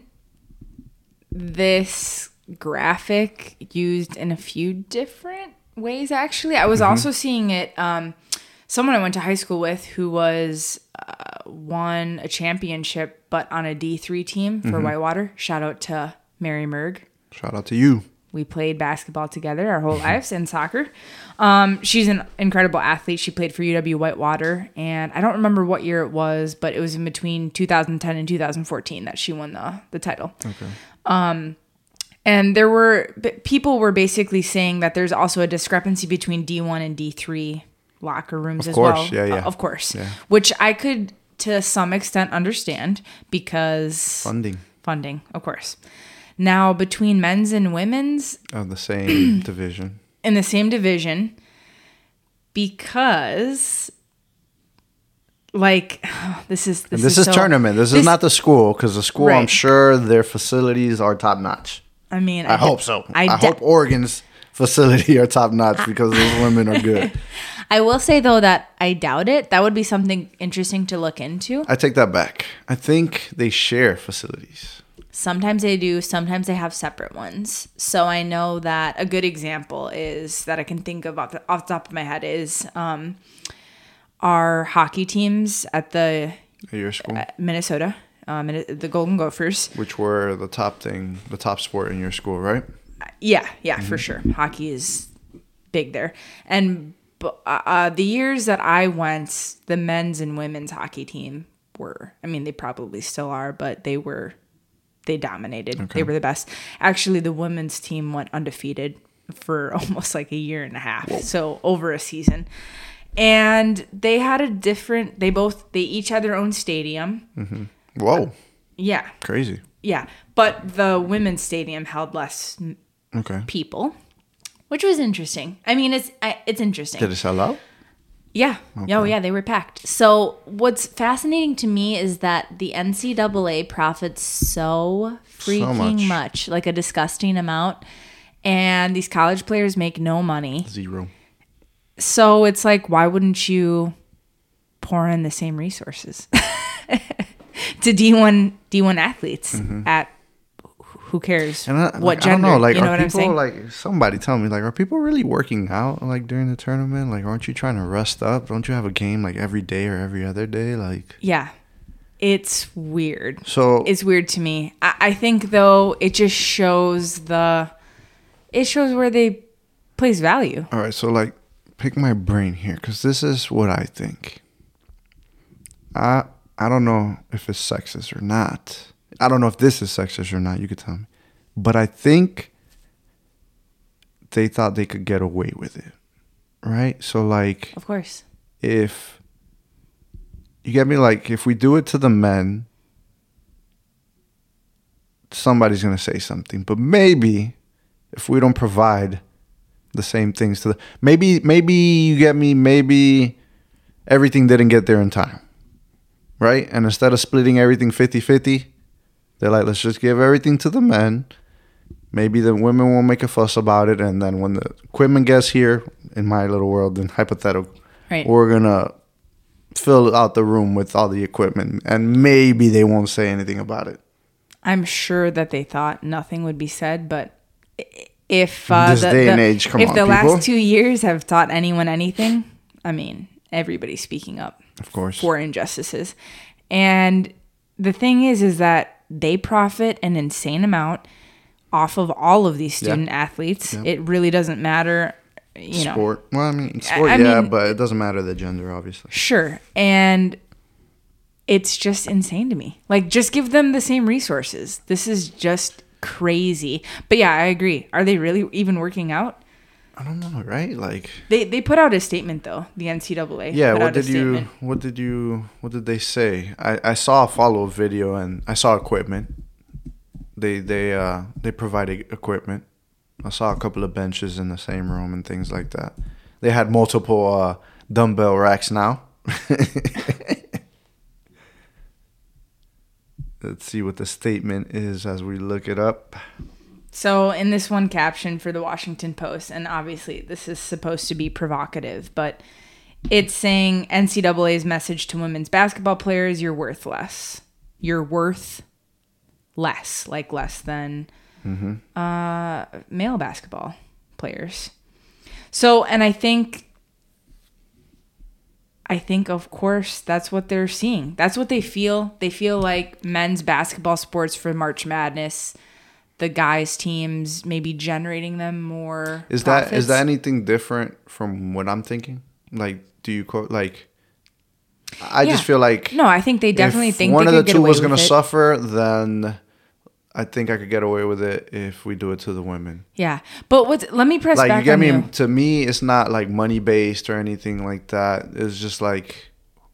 A: this graphic used in a few different ways actually. I was also seeing it um someone I went to high school with who was uh, won a championship but on a D3 team for Whitewater. Shout out to Mary Merg.
B: Shout out to you.
A: We played basketball together our
B: Mm-hmm.
A: whole lives and soccer. Um, she's an incredible athlete. She played for UW Whitewater, and I don't remember what year it was, but it was in between 2010 and 2014 that she won the the title. Okay. Um, and there were b- people were basically saying that there's also a discrepancy between D1 and D3 locker rooms as
B: course,
A: well.
B: yeah, yeah.
A: Uh, Of course, which I could to some extent understand because
B: Funding
A: funding, of course. Now between men's and women's,
B: of the same division.
A: in the same division because like <sighs> this is this,
B: This, is,
A: so-
B: tournament. This, is not the school because the school, I'm
A: Right.
B: sure their facilities are top notch.
A: I mean
B: I hope so. I,
A: I, de-
B: hope Oregon's facility are top notch because those women are
A: <laughs>
B: good.
A: I will say though that I doubt it that would be something interesting to look into
B: I take that back. I think they share facilities.
A: sometimes they do sometimes they have separate ones so I know that a good example is that I can think of off the, off the top of my head is um our hockey teams at the
B: at Your school,
A: Minnesota um, the Golden Gophers
B: which were the top thing, the top sport in your school, right?
A: Yeah, yeah, for sure. Hockey is big there. And bu- uh, uh, the years that I went, the men's and women's hockey team were, I mean, they probably still are, but they were, they dominated. They were the best. Actually, the women's team went undefeated for <laughs> almost like a year and a half. So over a season. And they had a different, they both, they each had their own stadium.
B: Whoa,
A: Yeah,
B: crazy.
A: yeah. But the women's stadium held less
B: Okay.
A: people, which was interesting. I mean, it's I, it's interesting.
B: Did it sell out?
A: yeah. Oh, yeah. They were packed.
C: So, what's fascinating to me is that the NCAA profits so freaking
B: much.
C: much. like a disgusting amount,
A: And these college players make no money,
B: Zero.
A: so it's like, why wouldn't you pour in the same resources <laughs> to D one D one athletes at who cares
B: Mm-hmm. And I,
A: what
B: like,
A: gender?
B: I don't know. Like,
A: you know
B: are
A: what I'm
B: people
A: saying?
B: like somebody tell me like, are people really working out like during the tournament? Like, aren't you trying to rest up? Don't you have a game like every day or every other day? Like,
A: yeah, it's weird.
B: so
A: It's weird to me. I, I think though it just shows the it shows where they place value.
B: All right, so like, pick my brain here, because this is what I think. I I don't know if it's sexist or not. I don't know if this is sexist or not. You could tell me, but I think they thought they could get away with it, right? So like,
C: of course.
B: if you get me, like, if we do it to the men, somebody's gonna say something. But maybe if we don't provide the same things to the maybe maybe you get me maybe everything didn't get there in time right and instead of splitting everything 50-50 they're like let's just give everything to the men maybe the women won't make a fuss about it and then when the equipment gets here in my little world in hypothetical
A: Right.
B: we're gonna fill out the room with all the equipment and maybe they won't say anything about it
A: I'm sure that they thought nothing would be said, but i- if uh,
B: this
A: the,
B: day and
A: the-
B: age, come
A: if
B: on,
A: the
B: people.
A: last two years have taught anyone anything, I mean, everybody's speaking up
B: of course
A: for injustices, And the thing is, is that they profit an insane amount off of all of these student athletes. It really doesn't matter, you know.
B: sport. Well, I mean, sport,
A: I
B: yeah,
A: mean-
B: but it doesn't matter the gender, obviously.
A: Sure. And it's just insane to me. Like, just give them the same resources. This is just crazy. But yeah, I agree. Are they really even working out?
B: I don't know, right? Like,
A: They they put out a statement though. The NCAA.
B: yeah.
A: put
B: What
A: out a
B: did you?
A: statement.
B: What did you? What did they say? I I saw a follow up video and I saw equipment. They they uh they provided equipment. I saw a couple of benches in the same room and things like that. They had multiple uh, dumbbell racks now. <laughs> Let's see what the statement is as we look it up.
A: So in this one caption for the Washington Post, and obviously this is supposed to be provocative, but it's saying NCAA's message to women's basketball players: you're worth less. You're worth less, like less than
B: Mm-hmm.
A: uh, male basketball players. So, and I think. I think, of course, that's what they're seeing. That's what they feel. They feel like men's basketball sports for March Madness, the guys' teams maybe generating them more.
B: Is that is that anything different from what I'm thinking? Like, do you quote like? I just
A: Yeah.
B: feel like
A: No, I think they definitely
B: if
A: think
B: one
A: they
B: of
A: could
B: the
A: get
B: two
A: away
B: was
A: with
B: gonna
A: it.
B: suffer. Then I think I could get away with it if we do it to the women.
A: Yeah, but what's let me press
B: Like
A: back
B: you get
A: on
B: me?
A: you.
B: To me, it's not like money based or anything like that. It's just like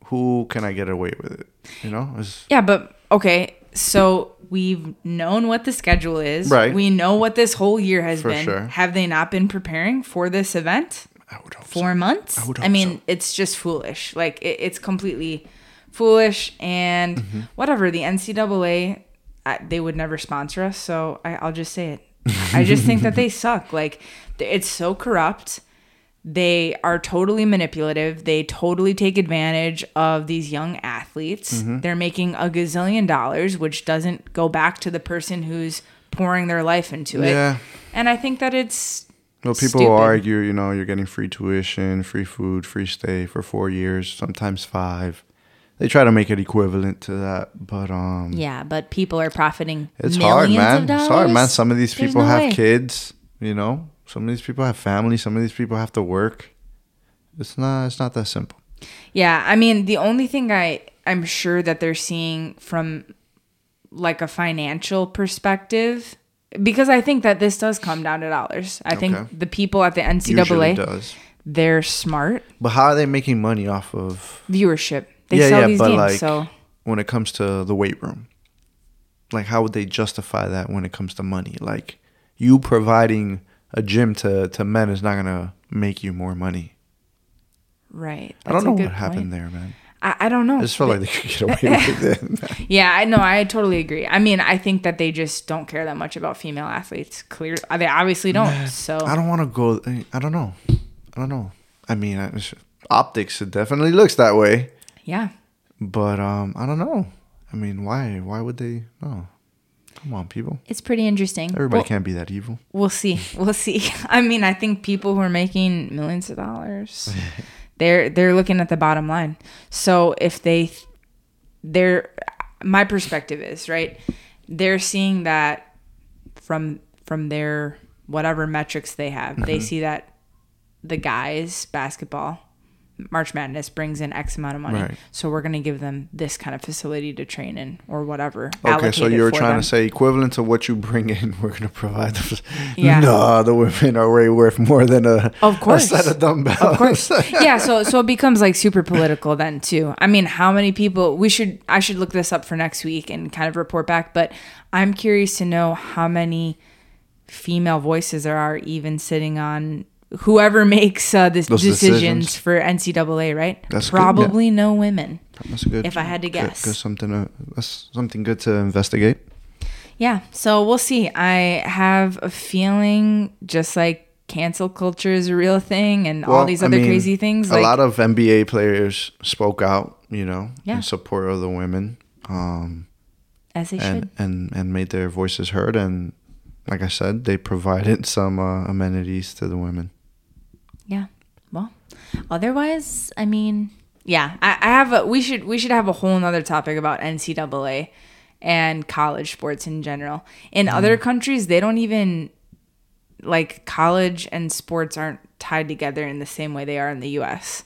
B: who can I get away with it? You know, it's,
A: Yeah, but okay. So we've known what the schedule is.
B: Right.
A: We know what this whole year has
B: For
A: been.
B: sure.
A: Have they not been preparing for this event?
B: I would hope so.
A: four months.
B: I would
A: I,
B: hope
A: mean,
B: so.
A: it's just foolish. Like it, it's completely foolish and
B: Mm-hmm.
A: whatever. The NCAA, I, they would never sponsor us, so I, I'll just
B: <laughs>
A: say it. I just think that they suck. Like th- it's so corrupt. They are totally manipulative. They totally take advantage of these young athletes.
B: Mm-hmm.
A: They're making a gazillion dollars, which doesn't go back to the person who's pouring their life into it.
B: Yeah.
A: And I think that it's
B: Well, people
A: Stupid.
B: will argue, you know, you're getting free tuition, free food, free stay for four years, sometimes five. They try to make it equivalent to that, but um,
C: Yeah, but people are profiting.
B: it's hard,
C: millions
B: man.
C: Of
B: It's
C: dollars.
B: hard, man. Some of these
C: There's
B: people
C: no
B: have
C: way.
B: kids, you know. Some of these people have families. Some of these people have to work. It's not. It's not that simple.
A: Yeah, I mean, the only thing I I'm sure that they're seeing from like a financial perspective because I think that this does come down to dollars. I
B: Okay.
A: think the people at the
B: Usually
A: NCAA
B: does.
A: they're smart
B: But how are they making money off of?
A: viewership. They
B: yeah,
A: sell
B: yeah.
A: these
B: But
A: games,
B: like,
A: so
B: when it comes to the weight room, like how would they justify that when it comes to money? Like you providing a gym to to men is not gonna make you more money.
A: right.
B: I don't
A: That's a
B: know
A: good
B: what happened
A: point.
B: there, man.
A: I, I don't know.
B: I just felt like they could get away
A: <laughs>
B: with it.
A: Yeah, I know. I totally agree. I mean, I think that they just don't care that much about female athletes. Clear, they obviously don't. So
B: I don't want to go. I don't know. I don't know. I mean, I- it's- optics it definitely looks that way,
A: yeah,
B: but um, I don't know. I mean, why? Why would they? No, come on, people.
C: It's pretty interesting.
B: Everybody
A: Well-
B: can't be that evil.
A: we'll see we'll see <laughs> i mean i think people who are making millions of
B: <laughs>
A: dollars they're they're looking at the bottom line so if they they're my perspective is right they're seeing that from from their whatever metrics they have they
B: Mm-hmm.
A: see that the guys basketball march madness brings in x amount of money
B: Right.
A: so we're going to give them this kind of facility to train in or whatever
B: Okay, so
A: allocated
B: you're
A: for
B: trying
A: them.
B: to say equivalent to what you bring in, <laughs> we're gonna provide. The,
A: Yeah.
B: No, the women are way worth more than a
A: Of course.
B: a set of dumbbells. Of <laughs> course.
A: yeah, so so it becomes like super political then too. I mean, how many people we should I should look this up for next week and kind of report back, but I'm curious to know how many female voices there are even sitting on whoever makes uh, this
B: Those
A: decisions,
B: decisions.
A: for NCAA, right?
B: That's good, yeah.
A: Probably no women.
B: that's good.
A: If I had to
B: Good-
A: guess.
B: good, something. To, that's something good to investigate.
A: Yeah, so we'll see. I have a feeling just like cancel culture is a real thing and all
B: Well,
A: these
B: I
A: other
B: mean,
A: crazy things
B: a
A: like
B: lot of NBA players spoke out, you know,
A: Yeah.
B: in support of the women, um,
C: As they should.
B: and and and made their voices heard. And like I said, they provided <laughs> some uh, amenities to the women.
C: Yeah. Well, otherwise, I mean,
A: Yeah, I, I have a. We should we should have a whole nother topic about NCAA and college sports in general. In
B: Mm-hmm.
A: other countries, they don't even like college and sports aren't tied together in the same way they are in the U.S.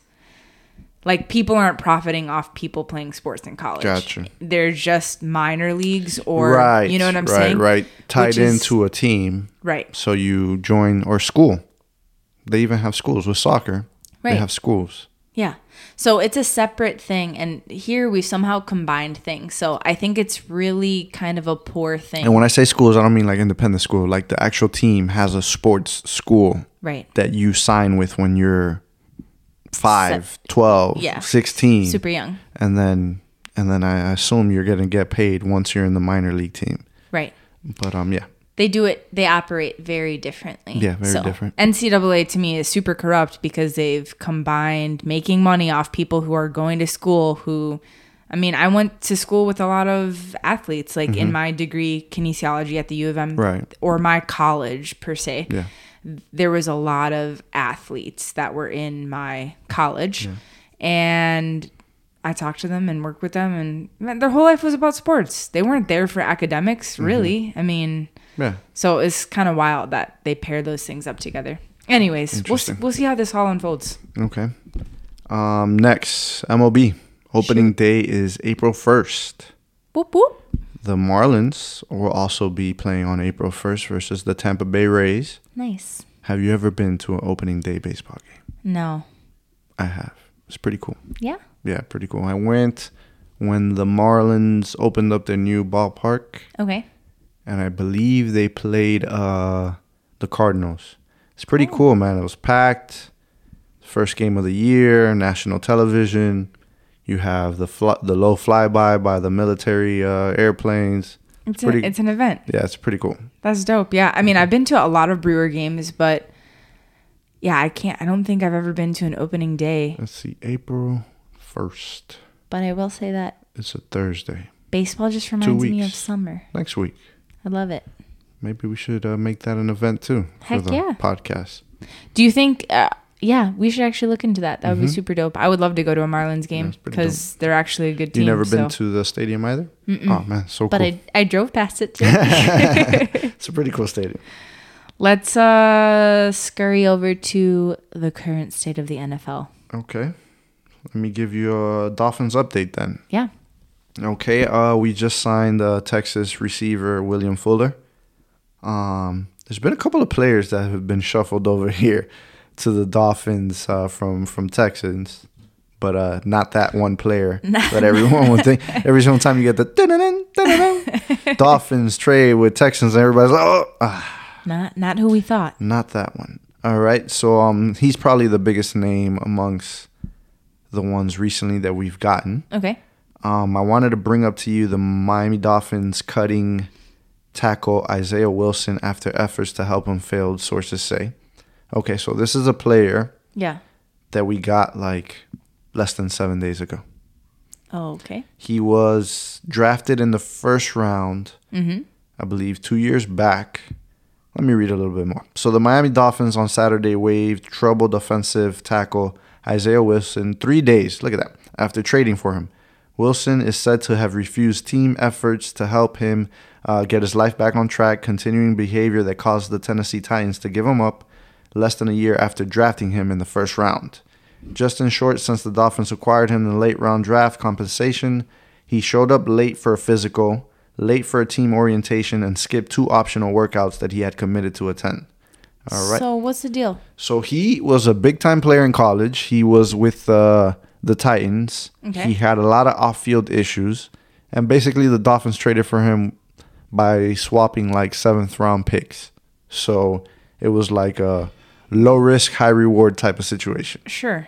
A: Like people aren't profiting off people playing sports in college.
B: Gotcha.
A: They're just minor leagues or
B: right.
A: you know what I'm
B: right,
A: saying?
B: Right, Tied
A: Which is-
B: into a team.
A: right.
B: So you join or school. They even have schools with soccer. They
A: Right.
B: have schools.
A: Yeah. So it's a separate thing. And here we somehow combined things. So I think it's really kind of a poor thing.
B: And when I say schools, I don't mean like independent school. Like the actual team has a sports school
A: right.
B: that you sign with when you're 5, 12,
A: Yeah.
B: 16.
A: Super young.
B: and then and then I assume you're going to get paid once you're in the minor league team.
A: Right.
B: But um yeah.
A: They do it, they operate very differently.
B: Yeah, very different.
A: NCAA to me is super corrupt because they've combined making money off people who are going to school who. I mean, I went to school with a lot of athletes, like in my degree, kinesiology at the U of M,
B: Mm-hmm. Right.
A: or my college per se.
B: Yeah.
A: there was a lot of athletes that were in my college and I talked to them and worked with them and man, their whole life was about sports. They weren't there for
B: Mm-hmm.
A: academics really. I mean,
B: Yeah.
A: so it's kind of wild that they pair those things up together. Anyways, we'll, s-
B: Interesting.
A: we'll see how this all unfolds.
B: Okay. Um next, MLB. Opening day is April 1st.
A: Boop boop.
B: The Marlins will also be playing on April 1st versus the Tampa Bay Rays.
C: Nice.
B: Have you ever been to an opening day baseball game?
A: No.
B: I have. It's pretty cool.
C: Yeah.
B: Yeah, pretty cool. I went when the Marlins opened up their new ballpark,
C: Okay.
B: and I believe they played uh, the Cardinals. It's pretty cool, man. It was packed. First game of the year, national television. You have the fl- the low flyby by the military uh, airplanes.
A: It's,
B: pretty-
A: a, it's an event.
B: Yeah, it's pretty cool.
A: That's dope. Yeah. I mean, I've been to a lot of Brewer games, but yeah, I can't, I don't think I've ever been to an opening day.
B: Let's see, April first.
C: But I will say that
B: It's a Thursday.
C: baseball just reminds me of
B: weeks.
C: summer.
B: Next week,
C: I love it.
B: maybe we should uh, make that an event too
C: Heck
B: for the
C: yeah.
B: podcast.
A: Do you think? Uh, yeah, we should actually look into that. That would be super dope. I would love to go to a Marlins game
B: Mm-hmm. it's pretty dope.
A: because they're actually a good team.
B: You never been
A: so-
B: to the stadium either? Oh man, so
C: But
B: cool.
C: I, I drove past
B: <laughs>
C: it today.
B: it's a pretty cool stadium.
C: Let's uh scurry over to the current state of the NFL.
B: Okay. Let me give you a Dolphins update then.
C: Yeah.
B: Okay, uh, we just signed uh, Texas receiver William Fuller. Um, there's been a couple of players that have been shuffled <laughs> over here to the Dolphins uh, from from Texans, but uh, not that one player that everyone would think. Every single time you get the dun-dun-dun, dun-dun-dun, Dolphins trade with Texans, and everybody's like, oh, ah,
C: Not not who we thought.
B: not that one. All right, so um, he's probably the biggest name amongst the ones recently that we've gotten.
A: Okay.
B: Um, I wanted to bring up to you the Miami Dolphins cutting tackle Isaiah Wilson after efforts to help him failed, sources say. Okay, so this is a player
A: Yeah.
B: that we got like less than seven days ago.
A: Oh, okay.
B: He was drafted in the first round,
A: Mm-hmm.
B: I believe, two years back. Let me read a little bit more. So the Miami Dolphins on Saturday waived troubled offensive tackle Isaiah Wilson three days. Look at that. After trading for him, Wilson is said to have refused team efforts to help him uh, get his life back on track, continuing behavior that caused the Tennessee Titans to give him up less than a year after drafting him in the first round. Just in short, since the Dolphins acquired him in the late round draft compensation, he showed up late for a physical, late for a team orientation, and skipped two optional workouts that he had committed to attend. All right. So,
C: So what's the deal?
B: he was a big time player in college. He was with uh, the Titans.
A: Okay.
B: He had a lot of off field issues. And basically, the Dolphins traded for him by swapping like seventh round picks. So it was like a low risk, high reward type of situation.
A: Sure.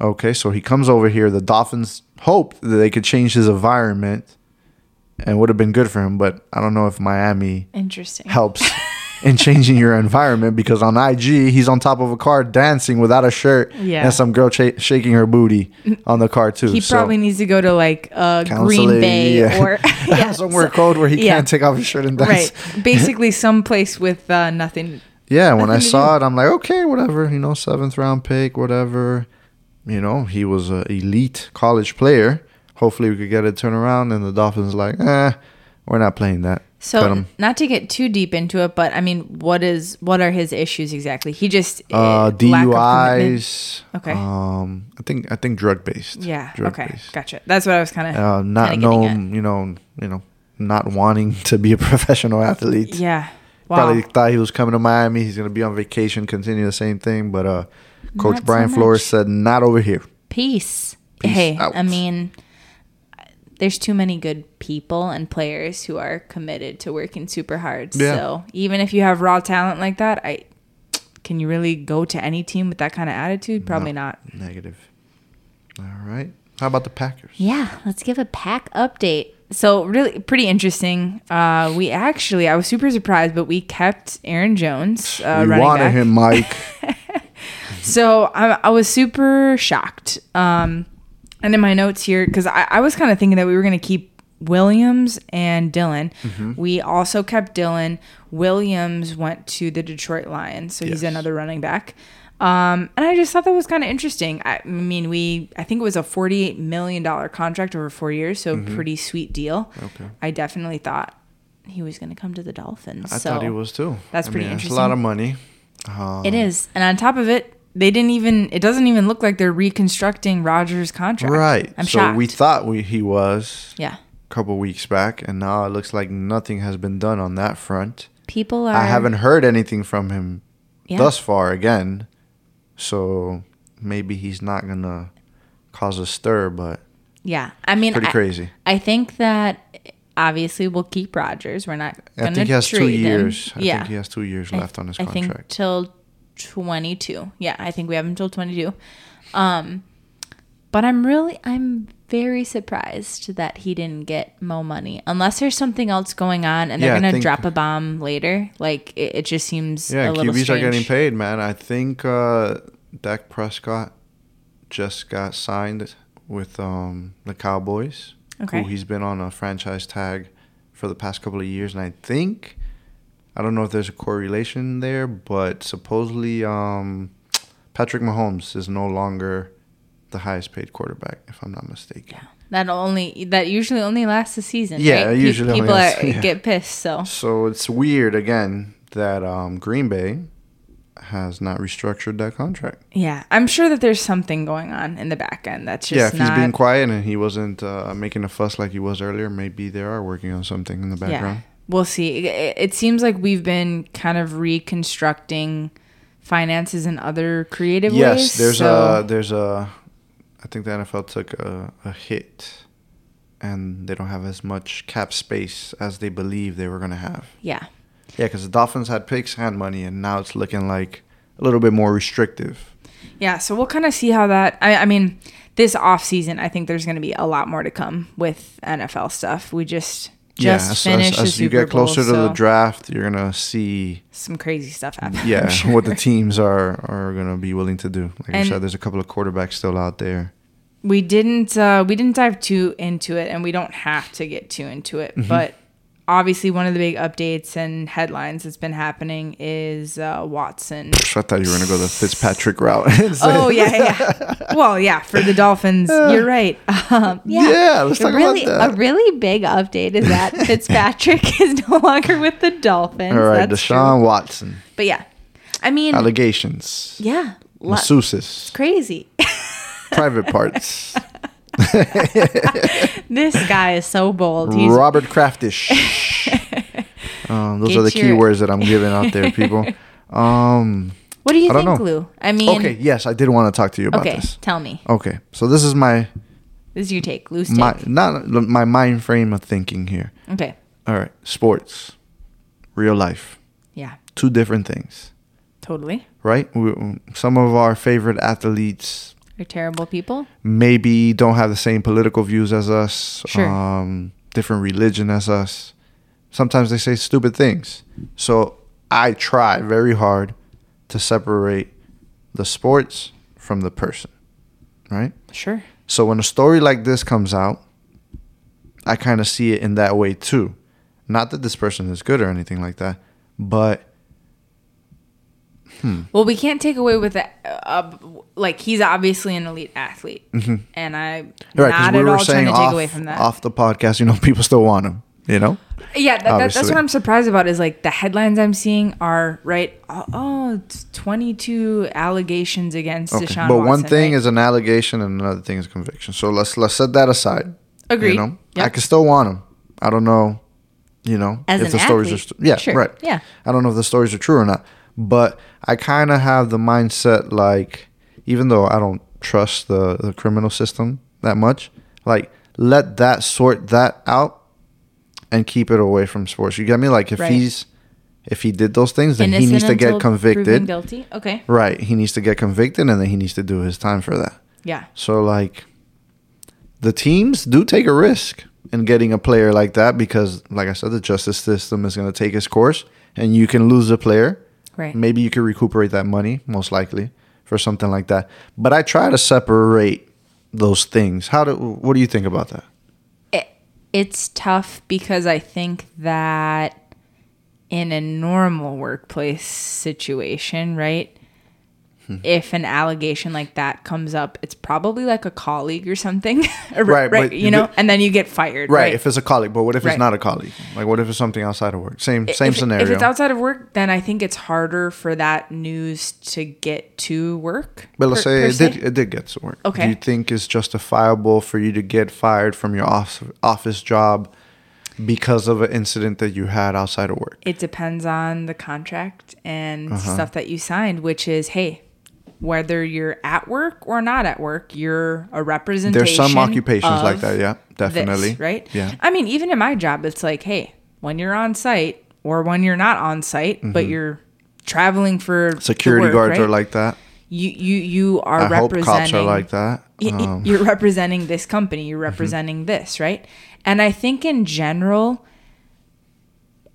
B: Okay, so he comes over here. The Dolphins hoped that they could change his environment and would have been good for him, but I don't know if Miami
A: Interesting.
B: helps
A: <laughs>
B: in changing your environment because on IG, he's on top of a car dancing without a shirt
A: Yeah.
B: and some girl cha- shaking her booty on the car, too.
A: He
B: So,
A: probably needs to go to like uh, Green
B: counseling,
A: Bay
B: yeah. <laughs>
A: or <laughs> yeah,
B: somewhere cold where he
A: yeah.
B: can't take off his shirt and
A: so-
B: dance.
A: right. Basically, some place with uh, nothing.
B: Yeah, when I saw it, I'm like, okay, whatever, you know, seventh round pick, whatever. you know, he was an elite college player. Hopefully, we could get a turnaround. And the Dolphins like, eh, we're not playing that. um, Cut
A: So,
B: 'em.
A: not to get too deep into it, but I mean, what is what are his issues exactly? He just eh,
B: uh,
A: lack of commitment?
B: DUIs.
A: Okay.
B: Um, I think I think drug based.
A: Yeah.
B: Drug
A: okay.
B: based.
A: Gotcha. That's what I was kind of
B: Uh, not known, you know, you know, not wanting to be a <laughs> professional athlete.
A: Yeah. Wow.
B: Probably thought he was coming to Miami. He's gonna be on vacation, continue the same thing. But uh, Coach
C: Not so
B: Brian
C: much.
B: Flores said, "Not over here."
C: Peace.
B: Peace
A: hey,
B: out.
A: I mean, there's too many good people and players who are committed to working super hard.
B: Yeah.
A: So even if you have raw talent like that, I can you really go to any team with that kind of attitude? Probably not.
B: Negative. All right. How about the Packers?
C: Yeah, let's give a pack update.
A: So really, pretty interesting. Uh, we actually, I was super surprised, but we kept Aaron Jones. Uh,
B: we
A: running
B: wanted
A: back. <laughs>
B: him, Mike.
A: So I, I was super shocked. Um, and in my notes here, because I, I was kind of thinking that we were going to keep Williams and Dylan.
B: Mm-hmm.
A: We also kept Dylan. Williams went to the Detroit Lions, so he's
B: Yes.
A: another running back. Um, and I just thought that was kind of interesting. I, I mean, we I think it was a forty-eight million dollar contract over four years, so pretty sweet deal.
B: Mm-hmm. Okay.
A: I definitely thought he was going to come to the Dolphins.
B: I
A: so.
B: thought he was too.
A: that's
B: I
A: pretty
B: mean, It's
A: interesting.
B: a lot of money. Um,
A: It is. And on top of it, they didn't even it doesn't even look like they're reconstructing Rogers' contract.
B: Right.
A: I'm
B: so
A: shocked.
B: we thought we, he was
A: yeah.
B: a couple weeks back, and now it looks like nothing has been done on that front.
C: People are.
B: I haven't heard anything from him
A: Yeah.
B: thus far again. So maybe he's not going to cause a stir, but
C: Yeah.
A: I mean
B: pretty
A: I,
B: crazy.
C: I think that
A: obviously we'll keep Rogers. We're not
B: I
A: gonna
B: think he has two
A: trade him.
B: years. I
A: yeah.
B: think he has two years
A: I-
B: left on his
A: I
B: contract.
A: think till 22. Yeah, I think we have until 22. Um,
C: But I'm really, I'm very surprised that he didn't get Mo money. Unless there's something else going on and they're
B: Yeah, I
C: going to
B: think-
C: drop a bomb later. Like, it, it just seems
B: Yeah,
C: a little
B: QBs are
C: strange.
B: getting paid, man. I think uh, Dak Prescott just got signed with um, the Cowboys,
A: Okay.
B: who he's been on a franchise tag for the past couple of years, and I think I don't know if there's a correlation there, but supposedly um, Patrick Mahomes is no longer the highest paid quarterback, if I'm not mistaken.
A: that only that usually only lasts a season.
B: Yeah,
A: right?
B: it
A: Pe-
B: usually only
A: people
B: lasts-
A: are,
B: <laughs> yeah.
A: get pissed. So
B: So it's weird again that um, Green Bay has not restructured that contract.
A: yeah, I'm sure that there's something going on in the back end that's just
B: yeah, if
A: not
B: he's being quiet and he wasn't uh, making a fuss like he was earlier, maybe they are working on something in the background.
A: We'll see. It, it seems like we've been kind of reconstructing finances in other creative ways.
B: Yes, there's
A: so-
B: a there's a. I think the NFL took a, a hit, and they don't have as much cap space as they believe they were gonna have.
A: yeah.
B: Yeah, because the Dolphins had picks, had money, and now it's looking like a little bit more restrictive.
A: Yeah, so we'll kind of see how that I, I mean, this off season, I think there's going to be a lot more to come with NFL stuff. We just just
B: yeah, so
A: finished
B: as,
A: the
B: as you
A: Super
B: get closer
A: Bowl,
B: to the
A: so
B: draft, you're gonna see
A: some crazy stuff happen.
B: yeah
A: <laughs> I'm
B: <laughs>
A: sure.
B: what the teams are are gonna be willing to do. Like I
A: And-
B: said, there's a couple of quarterbacks still out there.
A: we didn't uh, we didn't dive too into it and we don't have to get too into it
B: Mm-hmm.
A: but obviously one of the big updates and headlines that's been happening is uh,
B: <laughs>
A: watson
B: I thought you were gonna go the Fitzpatrick route. <laughs> It's like,
A: oh yeah, yeah yeah well yeah for the
B: <laughs>
A: dolphins you're right <laughs> um,
C: Yeah.
B: Yeah, let's
C: A
B: talk
C: really,
B: about
C: A
B: that.
C: really big update is
B: <laughs>
C: that Fitzpatrick <laughs> is no longer with the Dolphins.
B: All right,
C: That's
B: Deshaun
C: true.
B: Watson
A: but yeah i mean
B: allegations,
C: Yeah. lo-
B: masseuses,
A: <laughs>
C: crazy.
B: private parts,
C: <laughs> this guy is so bold. He's
B: Robert
C: <laughs>
B: Craftish. um, those
C: Get
B: are the
C: your-
B: keywords that I'm giving out there, people. Um,
C: <laughs> What do you
B: I don't
C: think,
B: know.
C: Lou? I mean,
B: okay, yes, I did want to talk to you about
C: okay,
B: this.
C: tell me.
B: Okay, so this is my
C: This is your take, Lou's take.
B: my not my mind frame of thinking here.
A: okay
B: All right, sports, real life,
A: yeah
B: two different things,
A: totally
B: right? We, some of our favorite athletes
A: they're terrible people
B: maybe don't have the same political views as us,
A: Sure.
B: um, different religion as us. Sometimes they say stupid things. So I try very hard to separate the sports from the person, right?
A: sure
B: So when a story like this comes out, I kind of see it in that way too. Not that this person is good or anything like that, but
A: Well, we can't take away with that. Uh, like he's obviously an elite athlete, and I'm
B: Mm-hmm. Right,
A: not
B: because we
A: at
B: were
A: all trying
B: saying
A: to
B: off,
A: take away from that.
B: off the podcast, you know, <laughs> people still want him, you know?
A: Yeah, that, that, that's
B: Obviously.
A: what I'm surprised about. Is like the headlines I'm seeing are right. Oh, oh it's 22 allegations against
B: Okay.
A: Deshaun.
B: But one
A: Watson,
B: thing
A: right?
B: is an allegation and another thing is conviction. So let's let's set that aside.
A: Agreed.
B: You know,
A: Yep.
B: I can still want him. I don't know, you know,
A: As an
B: stories are
A: athlete,
B: st- yeah,
A: sure.
B: right.
A: Yeah.
B: I don't know if the stories are true or not, but I kind of have the mindset like even though I don't trust the the criminal system that much, like let that sort that out and keep it away from sports. You get me? Like if
A: Right.
B: he's if he did those things, then he
A: Innocent
B: needs to get
A: until proven
B: convicted.
A: Guilty. Okay.
B: Right. He needs to get convicted and then he needs to do his time for that.
A: Yeah.
B: So like the teams do take a risk in getting a player like that because like I said the justice system is going to take its course and you can lose the player.
A: Right.
B: Maybe you could recuperate that money most likely for something like that. But I try to separate those things. How do what do you think about that?
A: it, it's tough because I think that in a normal workplace situation, right?
B: Hmm.
A: If an allegation like that comes up, it's probably like a colleague or something, <laughs> right?
B: Right,
A: Right,
B: but
A: you know,
B: the-
A: and then you get fired,
B: Right,
A: right?
B: if it's a colleague, but what if it's
A: Right.
B: not a colleague? Like what if it's something outside of work? Same same
A: if,
B: scenario.
A: If it's outside of work, then I think it's harder for that news to get to work.
B: But let's
A: per-
B: say
A: per
B: it
A: se.
B: did, it did get to work. Do
A: Okay.
B: you think it's justifiable for you to get fired from your office, office job because of an incident that you had outside of work?
A: It depends on the contract and
B: Uh-huh.
A: stuff that you signed, which is hey, whether you're at work or not at work, you're a representation.
B: There's some occupations like
A: of
B: that, yeah,
A: this,
B: definitely.
A: right?
B: Yeah.
A: I mean, even in my job, it's like, hey, when you're on site or when you're not on site, but you're traveling for the
B: Mm-hmm. Security
A: work,
B: guards are
A: right?
B: like that.
A: you you you are
B: I hope
A: representing
B: cops are like that.
A: y- y-
B: Um, Mm-hmm.
A: you're representing this company you're representing this right and i think in general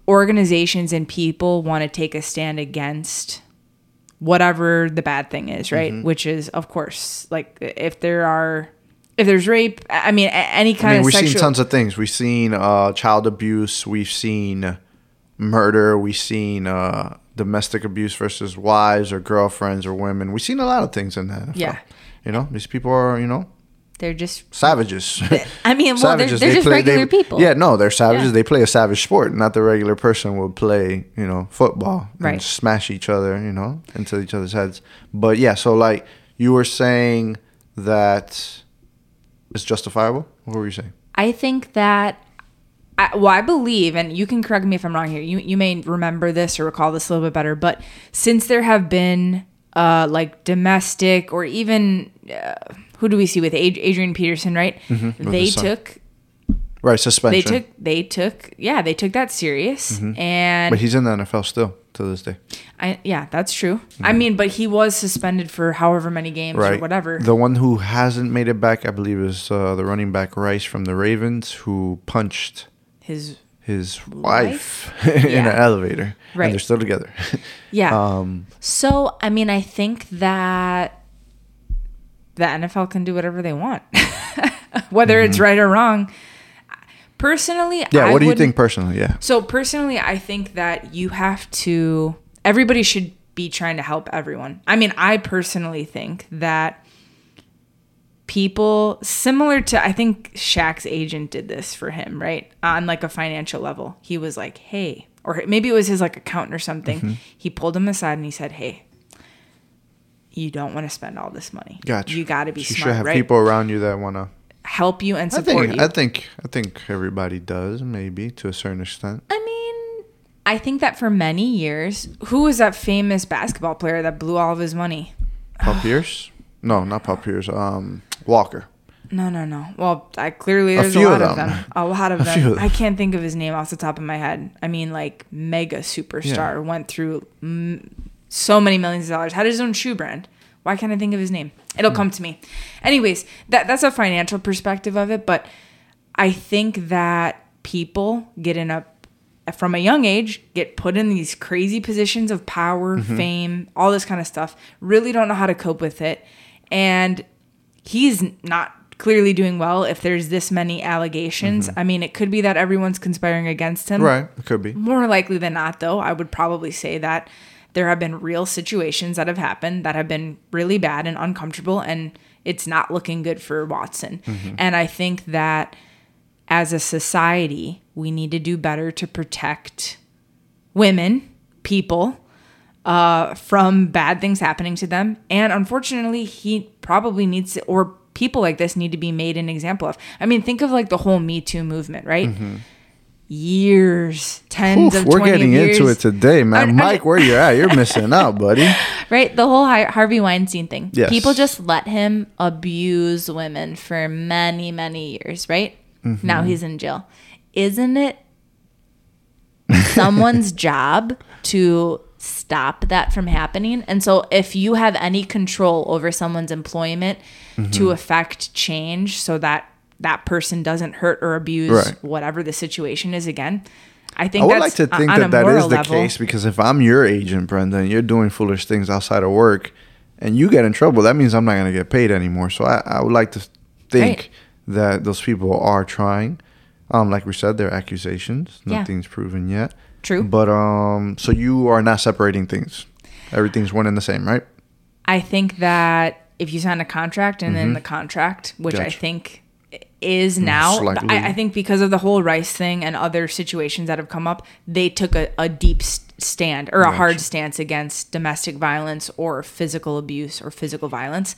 A: organizations and people want to take a stand against whatever the bad thing is right
B: Mm-hmm.
A: which is of course like if there are if there's rape i I mean a- any kind
B: I mean,
A: of
B: we've
A: sexual
B: seen tons of things. We've seen uh, child abuse. We've seen murder. We've seen uh, domestic abuse versus wives or girlfriends or women. We've seen a lot of things in that.
A: Yeah.
B: You know, these people are, you know,
A: they're just
B: savages.
A: I mean, well, they're- they're just regular people.
B: Yeah, no, they're savages.
A: Yeah.
B: They play a savage sport. Not the regular person would play, you know, football
A: Right.
B: and smash each other, you know, into each other's heads. But yeah, so like you were saying that it's justifiable. What were you saying?
A: I think that, I, well, I believe, and you can correct me if I'm wrong here. You you may remember this or recall this a little bit better, but since there have been uh, like domestic or even uh, who do we see with Ad- Adrian Peterson, right?
B: Mm-hmm. With
A: They
B: his son.
A: took
B: Right,
A: they
B: suspension.
A: took they took yeah they took that serious and
B: Mm-hmm. but he's in the NFL still to this day.
A: I, yeah that's true. I mean, but he was suspended for however many games
B: Mm-hmm. Right.
A: or whatever.
B: The one who hasn't made it back, I believe, is uh, the running back Rice from the Ravens, who punched
A: His
B: his wife, <laughs>
A: Wife?
B: in an
A: Yeah.
B: elevator.
A: Right.
B: And they're still together. <laughs>
A: yeah.
B: um,
A: So, I mean, I think that the NFL can do whatever they want, <laughs> whether it's right or wrong. Personally,
B: Mm-hmm. Yeah,
A: I
B: what do you
A: wouldn't-
B: think personally? Yeah.
A: So, personally, I think that you have to, everybody should be trying to help everyone. I mean, I personally think that people similar to I think Shaq's agent did this for him, right? On like a financial level. He was like, "Hey," or maybe it was his like accountant or something.
B: Mm-hmm.
A: He pulled him aside and he said, "Hey, you don't want to spend all this money.
B: Gotcha.
A: You got to be
B: You should
A: smart,
B: have
A: right?
B: people around you that want to.
A: Help you and
B: I
A: support
B: think.
A: you."
B: I think. I think everybody does, maybe to a
A: <sighs>
B: certain extent.
A: I mean, I think that for many years, who was that famous basketball player that blew all of his money?
B: Pop Pierce? No, not Pop Pierce. Um, Walker.
A: No, no, no. Well, I clearly
B: A
A: there's a,
B: few
A: lot
B: of
A: of
B: them.
A: them.
B: <laughs>
A: A lot of
B: A
A: them.
B: few of them.
A: I can't think of his name off the top of my head. I mean, like mega superstar went through mm, so many millions of dollars. Had his own shoe brand. Why can't I think of his name? It'll
B: Hmm.
A: come to me. Anyways, that that's a financial perspective of it, but I think that people get in a from a young age get put in these crazy positions of power,
B: Mm-hmm.
A: fame, all this kind of stuff. Really don't know how to cope with it, and he's not clearly doing well if there's this many allegations. I mean, it could be that everyone's conspiring against him.
B: Right. It could be.
A: More likely than not, though, I would probably say that There have been real situations that have happened that have been really bad and uncomfortable, and it's not looking good for Watson. And I think that as a society, we need to do better to protect women, people, uh, from bad things happening to them. And unfortunately, he probably needs to, or people like this need to be made an example of. I mean, think of like the whole Me Too movement, right? Years, tens
B: Mm-hmm. Oof,
A: of
B: we're
A: 20
B: getting
A: years,
B: into it today, man.
A: I- I-
B: Mike, where you at? You're
A: <laughs>
B: missing out, buddy.
A: right? The whole Hi- Harvey Weinstein thing.
B: Yes.
A: People just let him abuse women for many, many years, right?
B: Mm-hmm.
A: Now he's in jail. Isn't it <laughs> someone's job to stop that from happening? And so if you have any control over someone's employment
B: Mm-hmm.
A: to affect change so that that person doesn't hurt or abuse
B: Right.
A: whatever the situation is again, I
B: I
A: think
B: would like
A: that's
B: to
A: o-
B: think
A: on a
B: that that is
A: moral
B: the
A: level.
B: case because if I'm your agent, Brenda, and you're doing foolish things outside of work and you get in trouble, that means I'm not going to get paid anymore. So I, I would like to think
A: Right.
B: that those people are trying. Um, like we said, they're accusations.
A: Yeah.
B: Nothing's proven yet.
A: True.
B: But um, so you are not separating things. Everything's one and the same, right?
A: I think that if you sign a contract and then the contract, which I
B: Mm-hmm. Gotcha. Mm,
A: think is now, but
B: Slightly.
A: I, I think because of the whole rice thing and other situations that have come up, they took a, a deep s- stand or a hard stance against domestic violence or physical abuse or physical violence.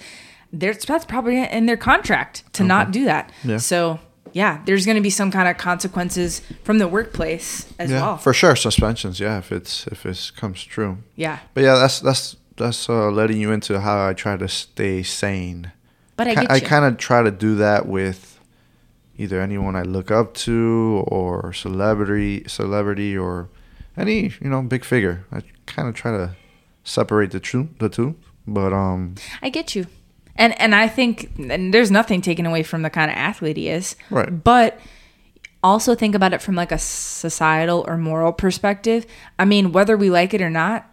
A: There's, that's probably in their contract to not do that.
B: Yeah.
A: So, yeah, there's going to be some kind of consequences from the workplace as
B: yeah,
A: well.
B: for sure. Suspensions, yeah. If it's if it comes true.
A: yeah.
B: But yeah, that's that's that's uh, letting you into how I try to stay sane.
A: But I
B: Ki-
A: get
B: I
A: you.
B: kind of try to do that with either anyone I look up to or celebrity, celebrity or any you know big figure. I kind of try to separate the two, the two. But um,
A: I get you. And and I think and there's nothing taken away from the kind of athlete he is.
B: Right.
A: But also think about it from like a societal or moral perspective. I mean, whether we like it or not,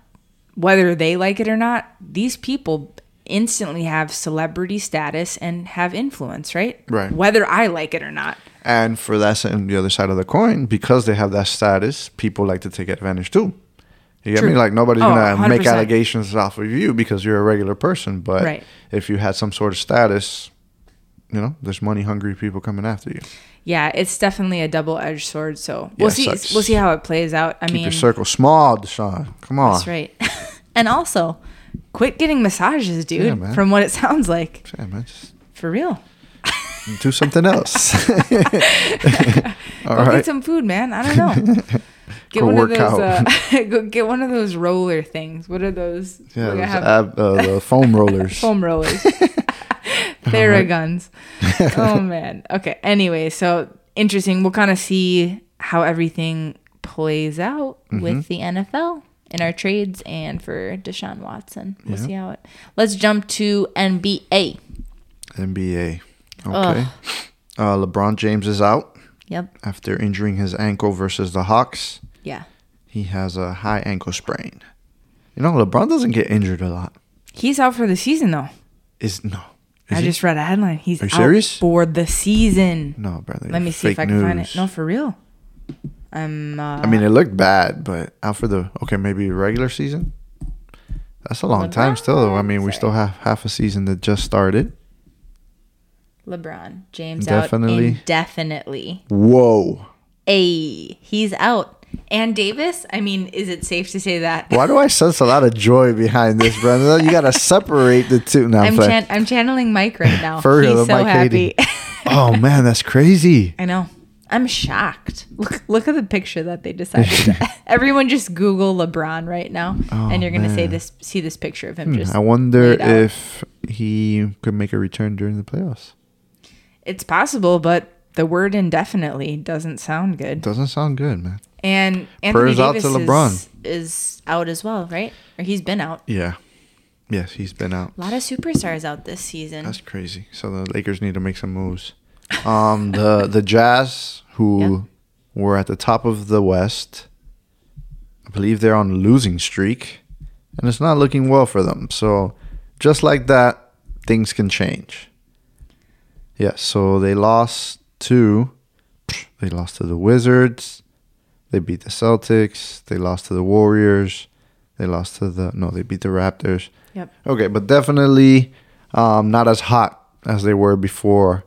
A: whether they like it or not, these people instantly have celebrity status and have influence, right?
B: Right.
A: Whether I like it or not.
B: and for that s- and the other side of the coin, because they have that status, people like to take advantage too. You get
A: True.
B: me? Like nobody's
A: Oh,
B: gonna make
A: 100%.
B: allegations off of you because you're a regular person. But
A: Right.
B: if you had some sort of status, you know, there's money hungry people coming after you.
A: Yeah, it's definitely a double-edged sword. So we'll
B: Yeah,
A: see.
B: sucks.
A: We'll see how it plays out. I
B: Keep
A: mean,
B: your circle small, Deshaun. Come on.
A: that's right. <laughs> and also, quit getting massages, dude.
B: Yeah, man.
A: from what it sounds like.
B: Yeah, man, just
A: For real.
B: do something
A: <laughs>
B: else. <laughs> All
A: go
B: right.
A: get some food, man. I don't
B: <laughs>
A: know. Get
B: Go
A: one
B: work
A: of those.
B: out.
A: Uh, <laughs> go get one of those roller things. What are those?
B: yeah,
A: Like I
B: those
A: have
B: ab, uh,
A: <laughs>
B: the foam rollers.
A: foam
B: <laughs>
A: rollers. <laughs> Theraguns. oh man. Okay. Anyway, so interesting. We'll kind of see how everything plays out
B: Mm-hmm.
A: with the NFL in our trades and for Deshaun Watson. We'll see how it. Let's jump to NBA.
B: NBA. Okay. Uh, LeBron James is out
C: Yep.
B: after injuring his ankle versus the Hawks.
A: Yeah.
B: He has a high ankle sprain. You know, LeBron doesn't get injured a lot.
A: He's out for the season though.
B: Is no. Is
A: I
B: he?
A: just read a headline. He's
B: Are you
A: out
B: serious?
A: for the season.
B: no, brother.
A: Let me see if
B: fake
A: I can find it.
B: news.
A: No, for real. I'm. Uh,
B: I mean, it looked bad, but out for the okay, maybe regular season. That's a long time still. I mean, we still have half a season that just started.
C: LeBron James
B: Definitely.
C: out indefinitely.
B: Whoa.
C: A he's out. And Davis, I mean, is it safe to say that?
B: Why do I sense a lot of joy behind this, Brenda? You gotta separate the two. Now,
C: I'm chan- I'm channeling Mike right
B: <laughs>
C: now.
B: For real,
C: he's so
B: Mike
C: happy.
B: Hayden. <laughs> oh man, that's crazy.
C: I know. I'm shocked. Look look at the picture that they decided.
B: <laughs>
C: to- Everyone just Google LeBron right now, and you're gonna say
B: Oh, man. Hmm,
C: this, see this picture of him. Just
B: I wonder
C: laid out.
B: if he could make a return during the playoffs.
A: it's possible, but the word indefinitely doesn't sound good.
B: Doesn't sound good, man.
A: And Anthony
B: Prayers out to
A: Davis
B: LeBron.
A: Is, is out as well, right?
C: or he's been out.
B: Yeah. Yes, he's been out.
C: A lot of superstars out this season.
B: That's crazy. So the Lakers need to make some moves. Um, the the Jazz, who were at the top of the West, I believe they're on a losing streak, and it's not looking well for them. So just like that, things can change. Yeah. So they lost to, they lost to the Wizards. They beat the Celtics. They lost to the Warriors. They lost to the no, they beat the Raptors.
A: Yep.
B: Okay, but definitely um, not as hot as they were before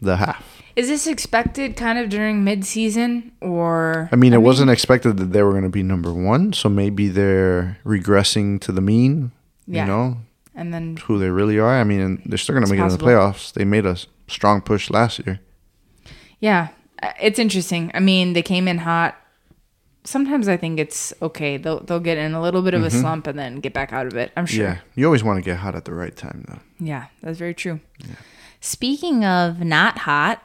B: the half.
A: Is this expected kind of during mid-season or
B: I mean, it wasn't expected that they were going to be number one, so maybe they're regressing to the mean.
A: Yeah.
B: You know
A: and then
B: who they really are. I mean, and they're still going to
A: It's
B: make
A: possible.
B: it in the playoffs. They made a s- strong push last year.
A: yeah, Uh, it's interesting. I mean, they came in hot. Sometimes I think it's okay. They'll they'll get in a little bit of a slump and then get back out of it. I'm sure.
B: Mm-hmm. Yeah, you always want to get hot at the right time, though.
A: Yeah, that's very true.
C: Speaking of
B: <laughs>
C: not hot,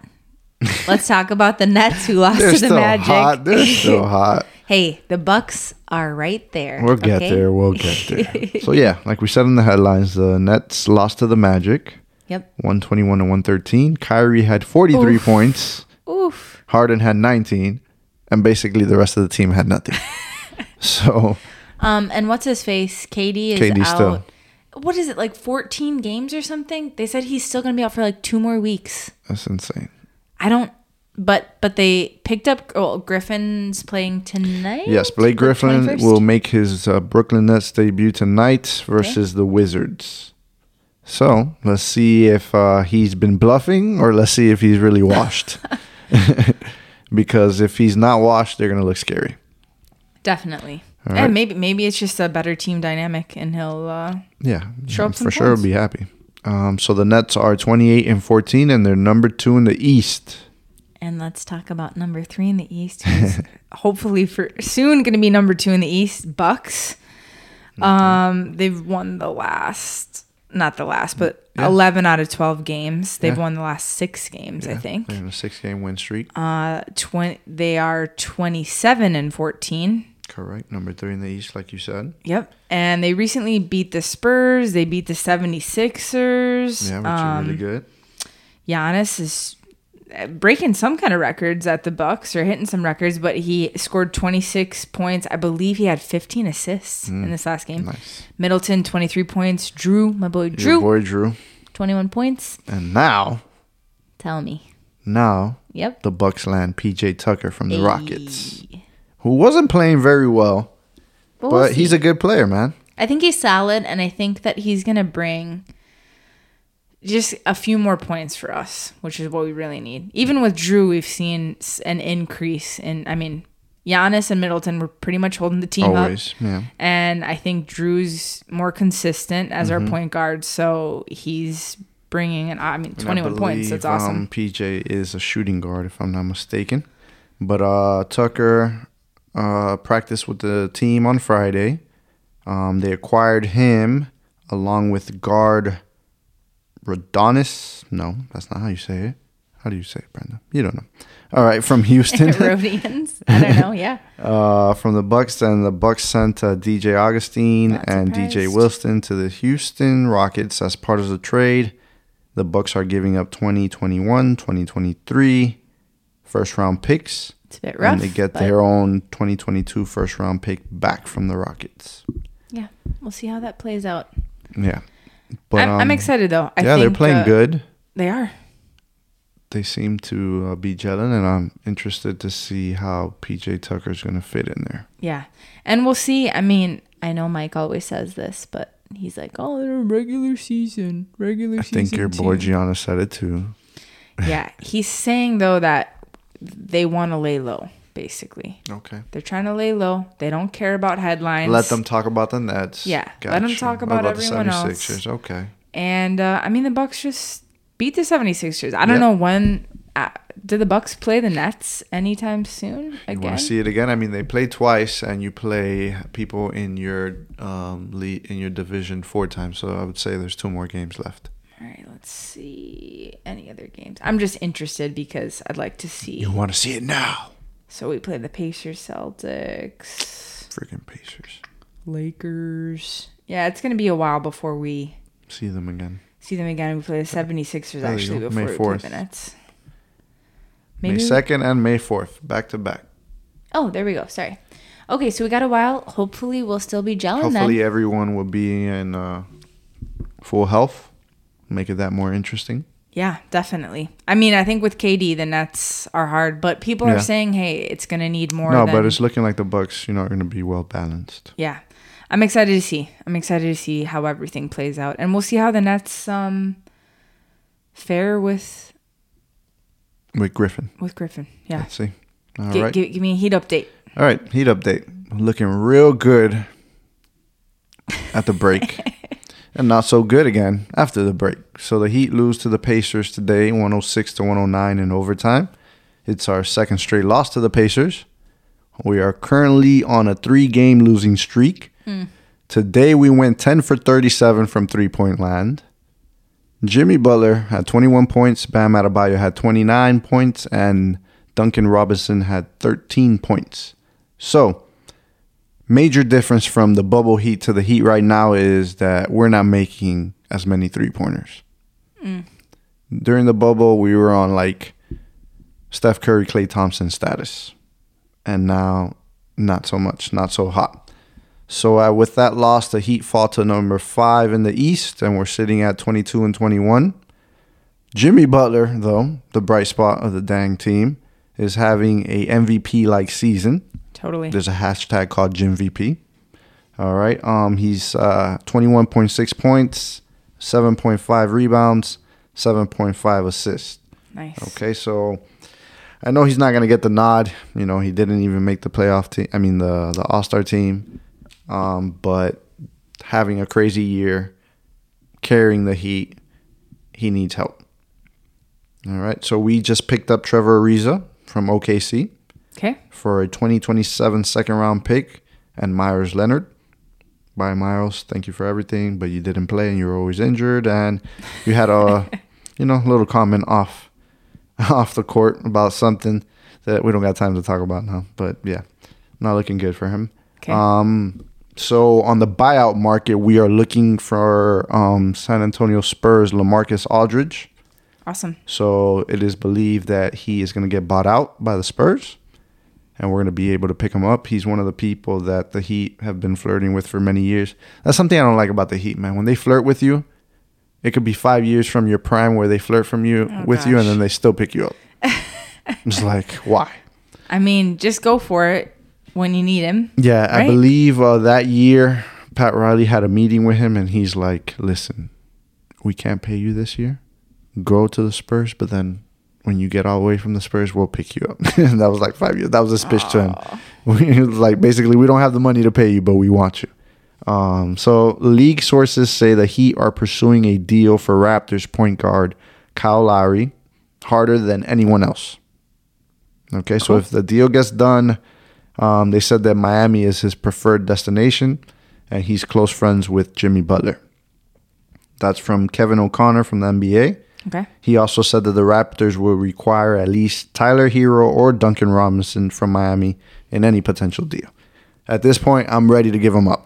C: let's talk about the Nets who lost
B: They're
C: to the
B: still
C: Magic.
B: hot. They're still hot.
C: Hey, the Bucks are right there.
B: We'll get
C: okay?
B: there. We'll
C: <laughs>
B: get there. so yeah, like we said in the headlines, the Nets lost to the Magic,
C: Yep.
B: 121 to 113. Kyrie had 43 points.
C: Oof.
B: Harden had 19, and basically the rest of the team had
C: <laughs>
B: nothing. so
C: Um, and what's his face? KD is
B: KD
C: out.
B: still.
C: What is it like? Fourteen games or something? They said he's still gonna be out for like two more weeks.
B: that's insane.
C: I don't. But but they picked up well, Griffin's playing tonight.
B: Yes, Blake
C: The
B: Griffin
C: 21st?
B: will make his uh, Brooklyn Nets debut tonight versus the Wizards. So let's see if uh, he's been bluffing or let's see if he's
A: <laughs>
B: really washed. <laughs> because if he's not washed, they're going to look scary.
A: Definitely.
B: All right.
A: And maybe maybe it's just a better team dynamic and he'll uh
B: Yeah,
A: Show up
B: for
A: some
B: sure,
A: points.
B: be happy. Um, so the Nets are 28 and 14, and they're number two in the East.
C: And let's talk about number three in the
B: <laughs>
C: East. who's-
A: hopefully for soon going to be number 2 in the East, Bucks. Um they've won the last not the last, but 11 out of 12 games. They've
B: Yeah.
A: won the last 6 games, I think.
B: They're in a six game win streak.
A: Uh 20 they are 27 and 14.
B: Correct. Number three in the East, like you said.
A: Yep. And they recently beat the Spurs, they beat the 76ers.
B: Yeah, which
A: Um,
B: is really good.
A: Giannis is uh, breaking some kind of records at the Bucks or hitting some records, but he scored 26 points. I believe he had 15 assists in this last game.
B: Mm. Nice.
A: Middleton 23 points. Drew, my boy
B: Your
A: Drew,
B: boy Drew.
C: 21 points.
B: And now,
C: Tell me.
B: now
C: Yep.
B: the Bucks land PJ Tucker from the
C: Ayy.
B: Rockets, who wasn't playing very well,
C: But we'll
B: but he's
C: see.
B: a good player, man.
C: I think he's solid, and I think that
A: that he's going to bring just a few more points for us, which is what we really need. Even with Drew, we've seen s- an increase in I mean, Giannis and Middleton were pretty much holding the team up.
B: Always, yeah.
A: And I think Drew's more consistent as
B: Mm-hmm.
A: our point guard, so he's bringing an I mean
B: And I
A: 21 points. That's
B: believe,
A: awesome. <laughs>
B: um, PJ is a shooting guard, if I'm not mistaken. But uh, Tucker uh, practiced with the team on Friday. Um, they acquired him along with guard Rodonis. No, that's not how you say it. How do you say it, Brenda? You don't know. All right, from <laughs> Houston.
C: <laughs> Rhodians. I don't know. Yeah.
B: uh, from the Bucks, and the Bucks sent uh, DJ Augustine
C: Not
B: and DJ
C: surprised.
B: Wilson to the Houston Rockets as part of the trade. The Bucks are giving up 2021, 2023 first round picks,
C: It's
B: <laughs>
C: a bit rough.
B: and they get
C: but
B: their own 2022 first round pick back from the Rockets.
C: Yeah. We'll see how that plays out.
B: Yeah,
A: I'm, I'm
B: um,
A: excited though. I
B: yeah, they're
A: think,
B: playing
A: uh,
B: good.
A: They are.
B: They seem to uh, be gelling, and I'm interested to see how PJ Tucker's going to fit in there.
A: Yeah. And we'll see. I mean,
C: I know Mike always says this, but he's like, oh,
A: oh, they're regular season, regular
B: I
A: season.
B: think your boy
A: team.
B: Gianna said it too. <laughs>
A: yeah, he's saying though that they want to lay low. Basically,
B: Okay.
A: they're trying to lay low. They don't care about headlines.
B: Let them talk about the Nets.
A: Yeah, let 'em talk
B: What
A: about
B: the
A: everyone else.
B: 76ers? Okay.
A: And uh, I mean, the Bucks just beat the 76ers. I don't
B: Yep.
A: know when. Uh, do the Bucks play the Nets anytime soon
B: You want
A: again?
B: to see it again? I mean, they play twice, and you play people in your um le- in your division four times. So I would say there's two more games left.
A: All right, let's see any other games. I'm just interested because I'd like to see.
B: You want to see it now?
A: So we play the Pacers, Celtics,
B: Freaking Pacers.
A: Lakers. Yeah, it's going to be a while before we
B: See them again.
A: see them again. We play the 76ers
B: There you
A: actually
B: go,
A: before
B: May
A: we play
B: 4th.
A: the Nets.
B: May
A: Maybe-
B: second and May fourth, back to back.
C: oh, there we go. Sorry. Okay, so we got a while. Hopefully, we'll still be
A: Oh,
C: gelling
B: Hopefully,
C: then.
B: everyone will be in uh, full health. Make it that more interesting.
A: Yeah, definitely. I mean, I think with KD, the Nets are hard, but people
B: Yeah.
A: are saying, hey, it's going to need more.
B: no,
A: than,
B: but it's looking like the Bucks. You know, are going to be well balanced.
A: Yeah. I'm excited to see. I'm excited to see how everything plays out, and we'll see how the Nets um fare with
B: with Griffin.
A: with Griffin. Yeah,
B: Let's see. All right.
A: Gi- gi- give me a heat update.
B: All right. Heat update. Looking real good at the break. and not so good again after the break. So the Heat lose to the Pacers today, 106 to 109 in overtime. It's our second straight loss to the Pacers. We are currently on a three game losing streak. Today we went 10 for 37 from three point land. Jimmy Butler had 21 points, Bam Adebayo had 29 points, and Duncan Robinson had 13 points. So, major difference from the bubble heat to the heat right now is that we're not making as many three pointers. During the bubble, we were on like Steph Curry, Clay Thompson status, and now not so much, not so hot. So uh, with that loss, the Heat fall to number five in the East, and we're sitting at 22 and 21. Jimmy Butler, though the bright spot of the dang team, is having a MVP like season.
A: Totally.
B: There's a hashtag called JimVP. All right. Um, he's uh, 21.6 points, 7.5 rebounds, 7.5 assists.
A: nice.
B: Okay, so I know he's not going to get the nod. You know, he didn't even make the playoff team. I mean, the the All Star team. Um, but having a crazy year, carrying the heat, he needs help. All right, so we just picked up Trevor Ariza from OKC
A: Okay.
B: for a 2027 second round pick and Myers Leonard. Bye, Miles. Thank you for everything, but you didn't play and you were always injured. And you had a, you know, little comment off, <laughs> off the court about something that we don't got time to talk about now. But yeah, not looking good for him.
A: Okay.
B: Um, so on the buyout market, we are looking for um, San Antonio Spurs Lamarcus Aldridge.
A: awesome.
B: So it is believed that he is going to get bought out by the Spurs, and we're going to be able to pick him up. He's one of the people that the Heat have been flirting with for many years. That's something I don't like about the Heat, man. When they flirt with you, it could be five years from your prime where they flirt from you
A: Oh,
B: with you,
A: gosh.
B: and then they still
A: <laughs>
B: pick you up. it's like why?
A: I mean, just go for it when you need him.
B: Yeah, I
A: Right.
B: believe uh, that year Pat Riley had a meeting with him, and he's like, "Listen, we can't pay you this year. Go to the Spurs, but then when you get all the way from the Spurs, we'll pick you up." <laughs> and that was like five years. That was a speech to him.
A: Aw.
B: <laughs> We, like basically, we don't have the money to pay you, but we want you. Um, so league sources say the Heat are pursuing a deal for Raptors point guard Kyle Lowry harder than anyone else. Okay, so if the deal gets done, um, they said that Miami is his preferred destination, and he's close friends with Jimmy Butler. That's from Kevin O'Connor from the NBA.
A: Okay.
B: He also said that the Raptors will require at least Tyler Hero or Duncan Robinson from Miami in any potential deal. At this point, I'm ready to give him up.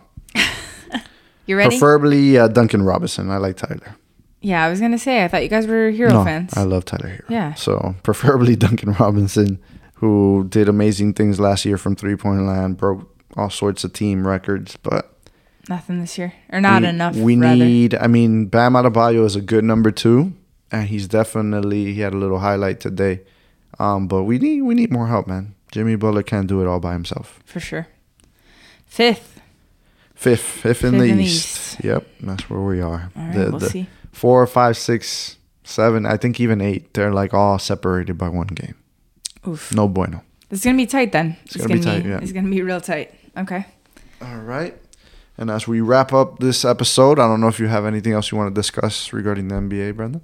A: <laughs> You ready?
B: Preferably uh, Duncan Robinson. I like Tyler.
A: yeah, I was gonna say. I thought you guys were hero fans.
B: I love Tyler Hero.
A: Yeah.
B: So preferably <laughs> Duncan Robinson, who did amazing things last year from three point land, broke all sorts of team records, but
A: Nothing this year, or not
B: we,
A: enough.
B: We
A: rather.
B: need. I mean, Bam Adebayo is a good number two, and he's definitely he had a little highlight today. Um, but we need we need more help, man. Jimmy Butler can't do it all by himself.
A: for sure. Fifth.
B: Fifth, fifth in,
A: Fifth
B: the,
A: in the
B: east. Yep, that's where we are.
A: All right,
B: The-
A: we'll
B: the
A: see.
B: Four, five, six, seven. I think even eight. They're like all separated by one game.
A: Oof.
B: No bueno.
A: It's gonna be tight then. It's,
B: gonna be tight, yeah.
A: It's gonna be real tight. Okay.
B: All right. And as we wrap up this episode, I don't know if you have anything else you want to discuss regarding the NBA, Brenda.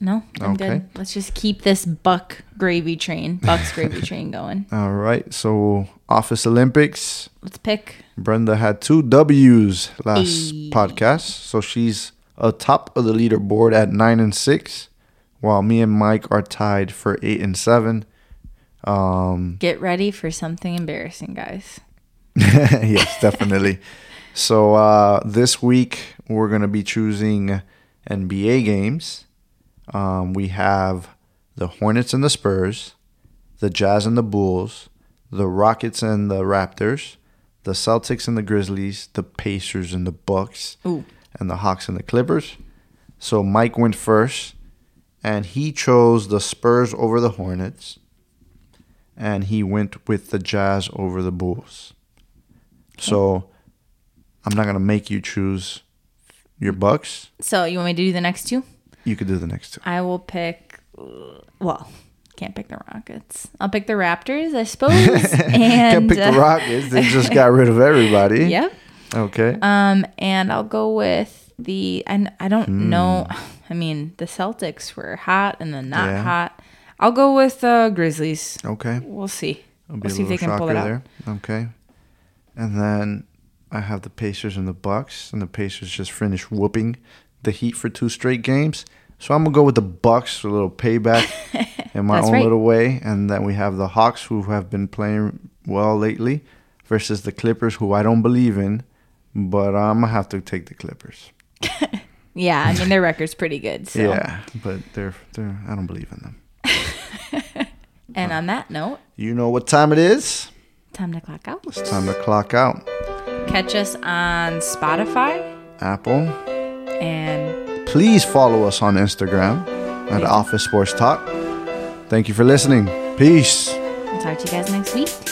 C: No, I'm
B: Okay.
C: good. Let's just keep this buck gravy train, bucks
B: <laughs>
C: gravy train going.
B: All right. So Office Olympics.
C: Let's pick.
B: Brenda had two W's last
C: Ayy.
B: podcast, so she's atop of the leaderboard at nine and six, while me and Mike are tied for eight and seven. Um,
C: Get ready for something embarrassing, guys.
B: <laughs> yes, definitely. so uh, this week we're gonna be choosing NBA games. Um, we have the Hornets and the Spurs, the Jazz and the Bulls, the Rockets and the Raptors, the Celtics and the Grizzlies, the Pacers and the Bucks,
A: Ooh.
B: and the Hawks and the Clippers. So Mike went first, and he chose the Spurs over the Hornets, and he went with the Jazz over the Bulls. So I'm not gonna make you choose your Bucks.
A: So you want me to do the next two?
B: You could do the next two.
A: I will pick. Well, can't pick the Rockets. I'll pick the Raptors, I suppose. and
B: <laughs> Can't pick
A: uh,
B: the Rockets. They just got rid of everybody.
A: <laughs> Yep.
B: Okay.
A: Um, and I'll go with the. I I don't
B: Hmm.
A: know. <sighs> I mean, the Celtics were hot and then not
B: Yeah.
A: hot. I'll go with uh, Grizzlies.
B: okay.
A: We'll see.
B: It'll
A: We'll see if they can pull it
B: shocker
A: out.
B: Okay. And then I have the Pacers and the Bucks, and the Pacers just finished whooping the Heat for two straight games. So I'm gonna go with the Bucks for a
A: <laughs>
B: little payback in my
A: That's
B: own
A: right.
B: little way. And then we have the Hawks who have been playing well lately versus the Clippers who I don't believe in, but I'm gonna have to take the Clippers.
A: Yeah, I
B: <laughs>
A: mean their record's pretty good. So.
B: Yeah, but they're they're I don't believe in them.
A: And on that note,
B: You know what time it is?
A: time to clock out.
B: It's time to clock out.
A: Catch us on Spotify
B: Apple,
A: and
B: please follow us on Instagram at Office Sports Talk. Thank you for listening. Peace.
C: I'll talk to you guys next week.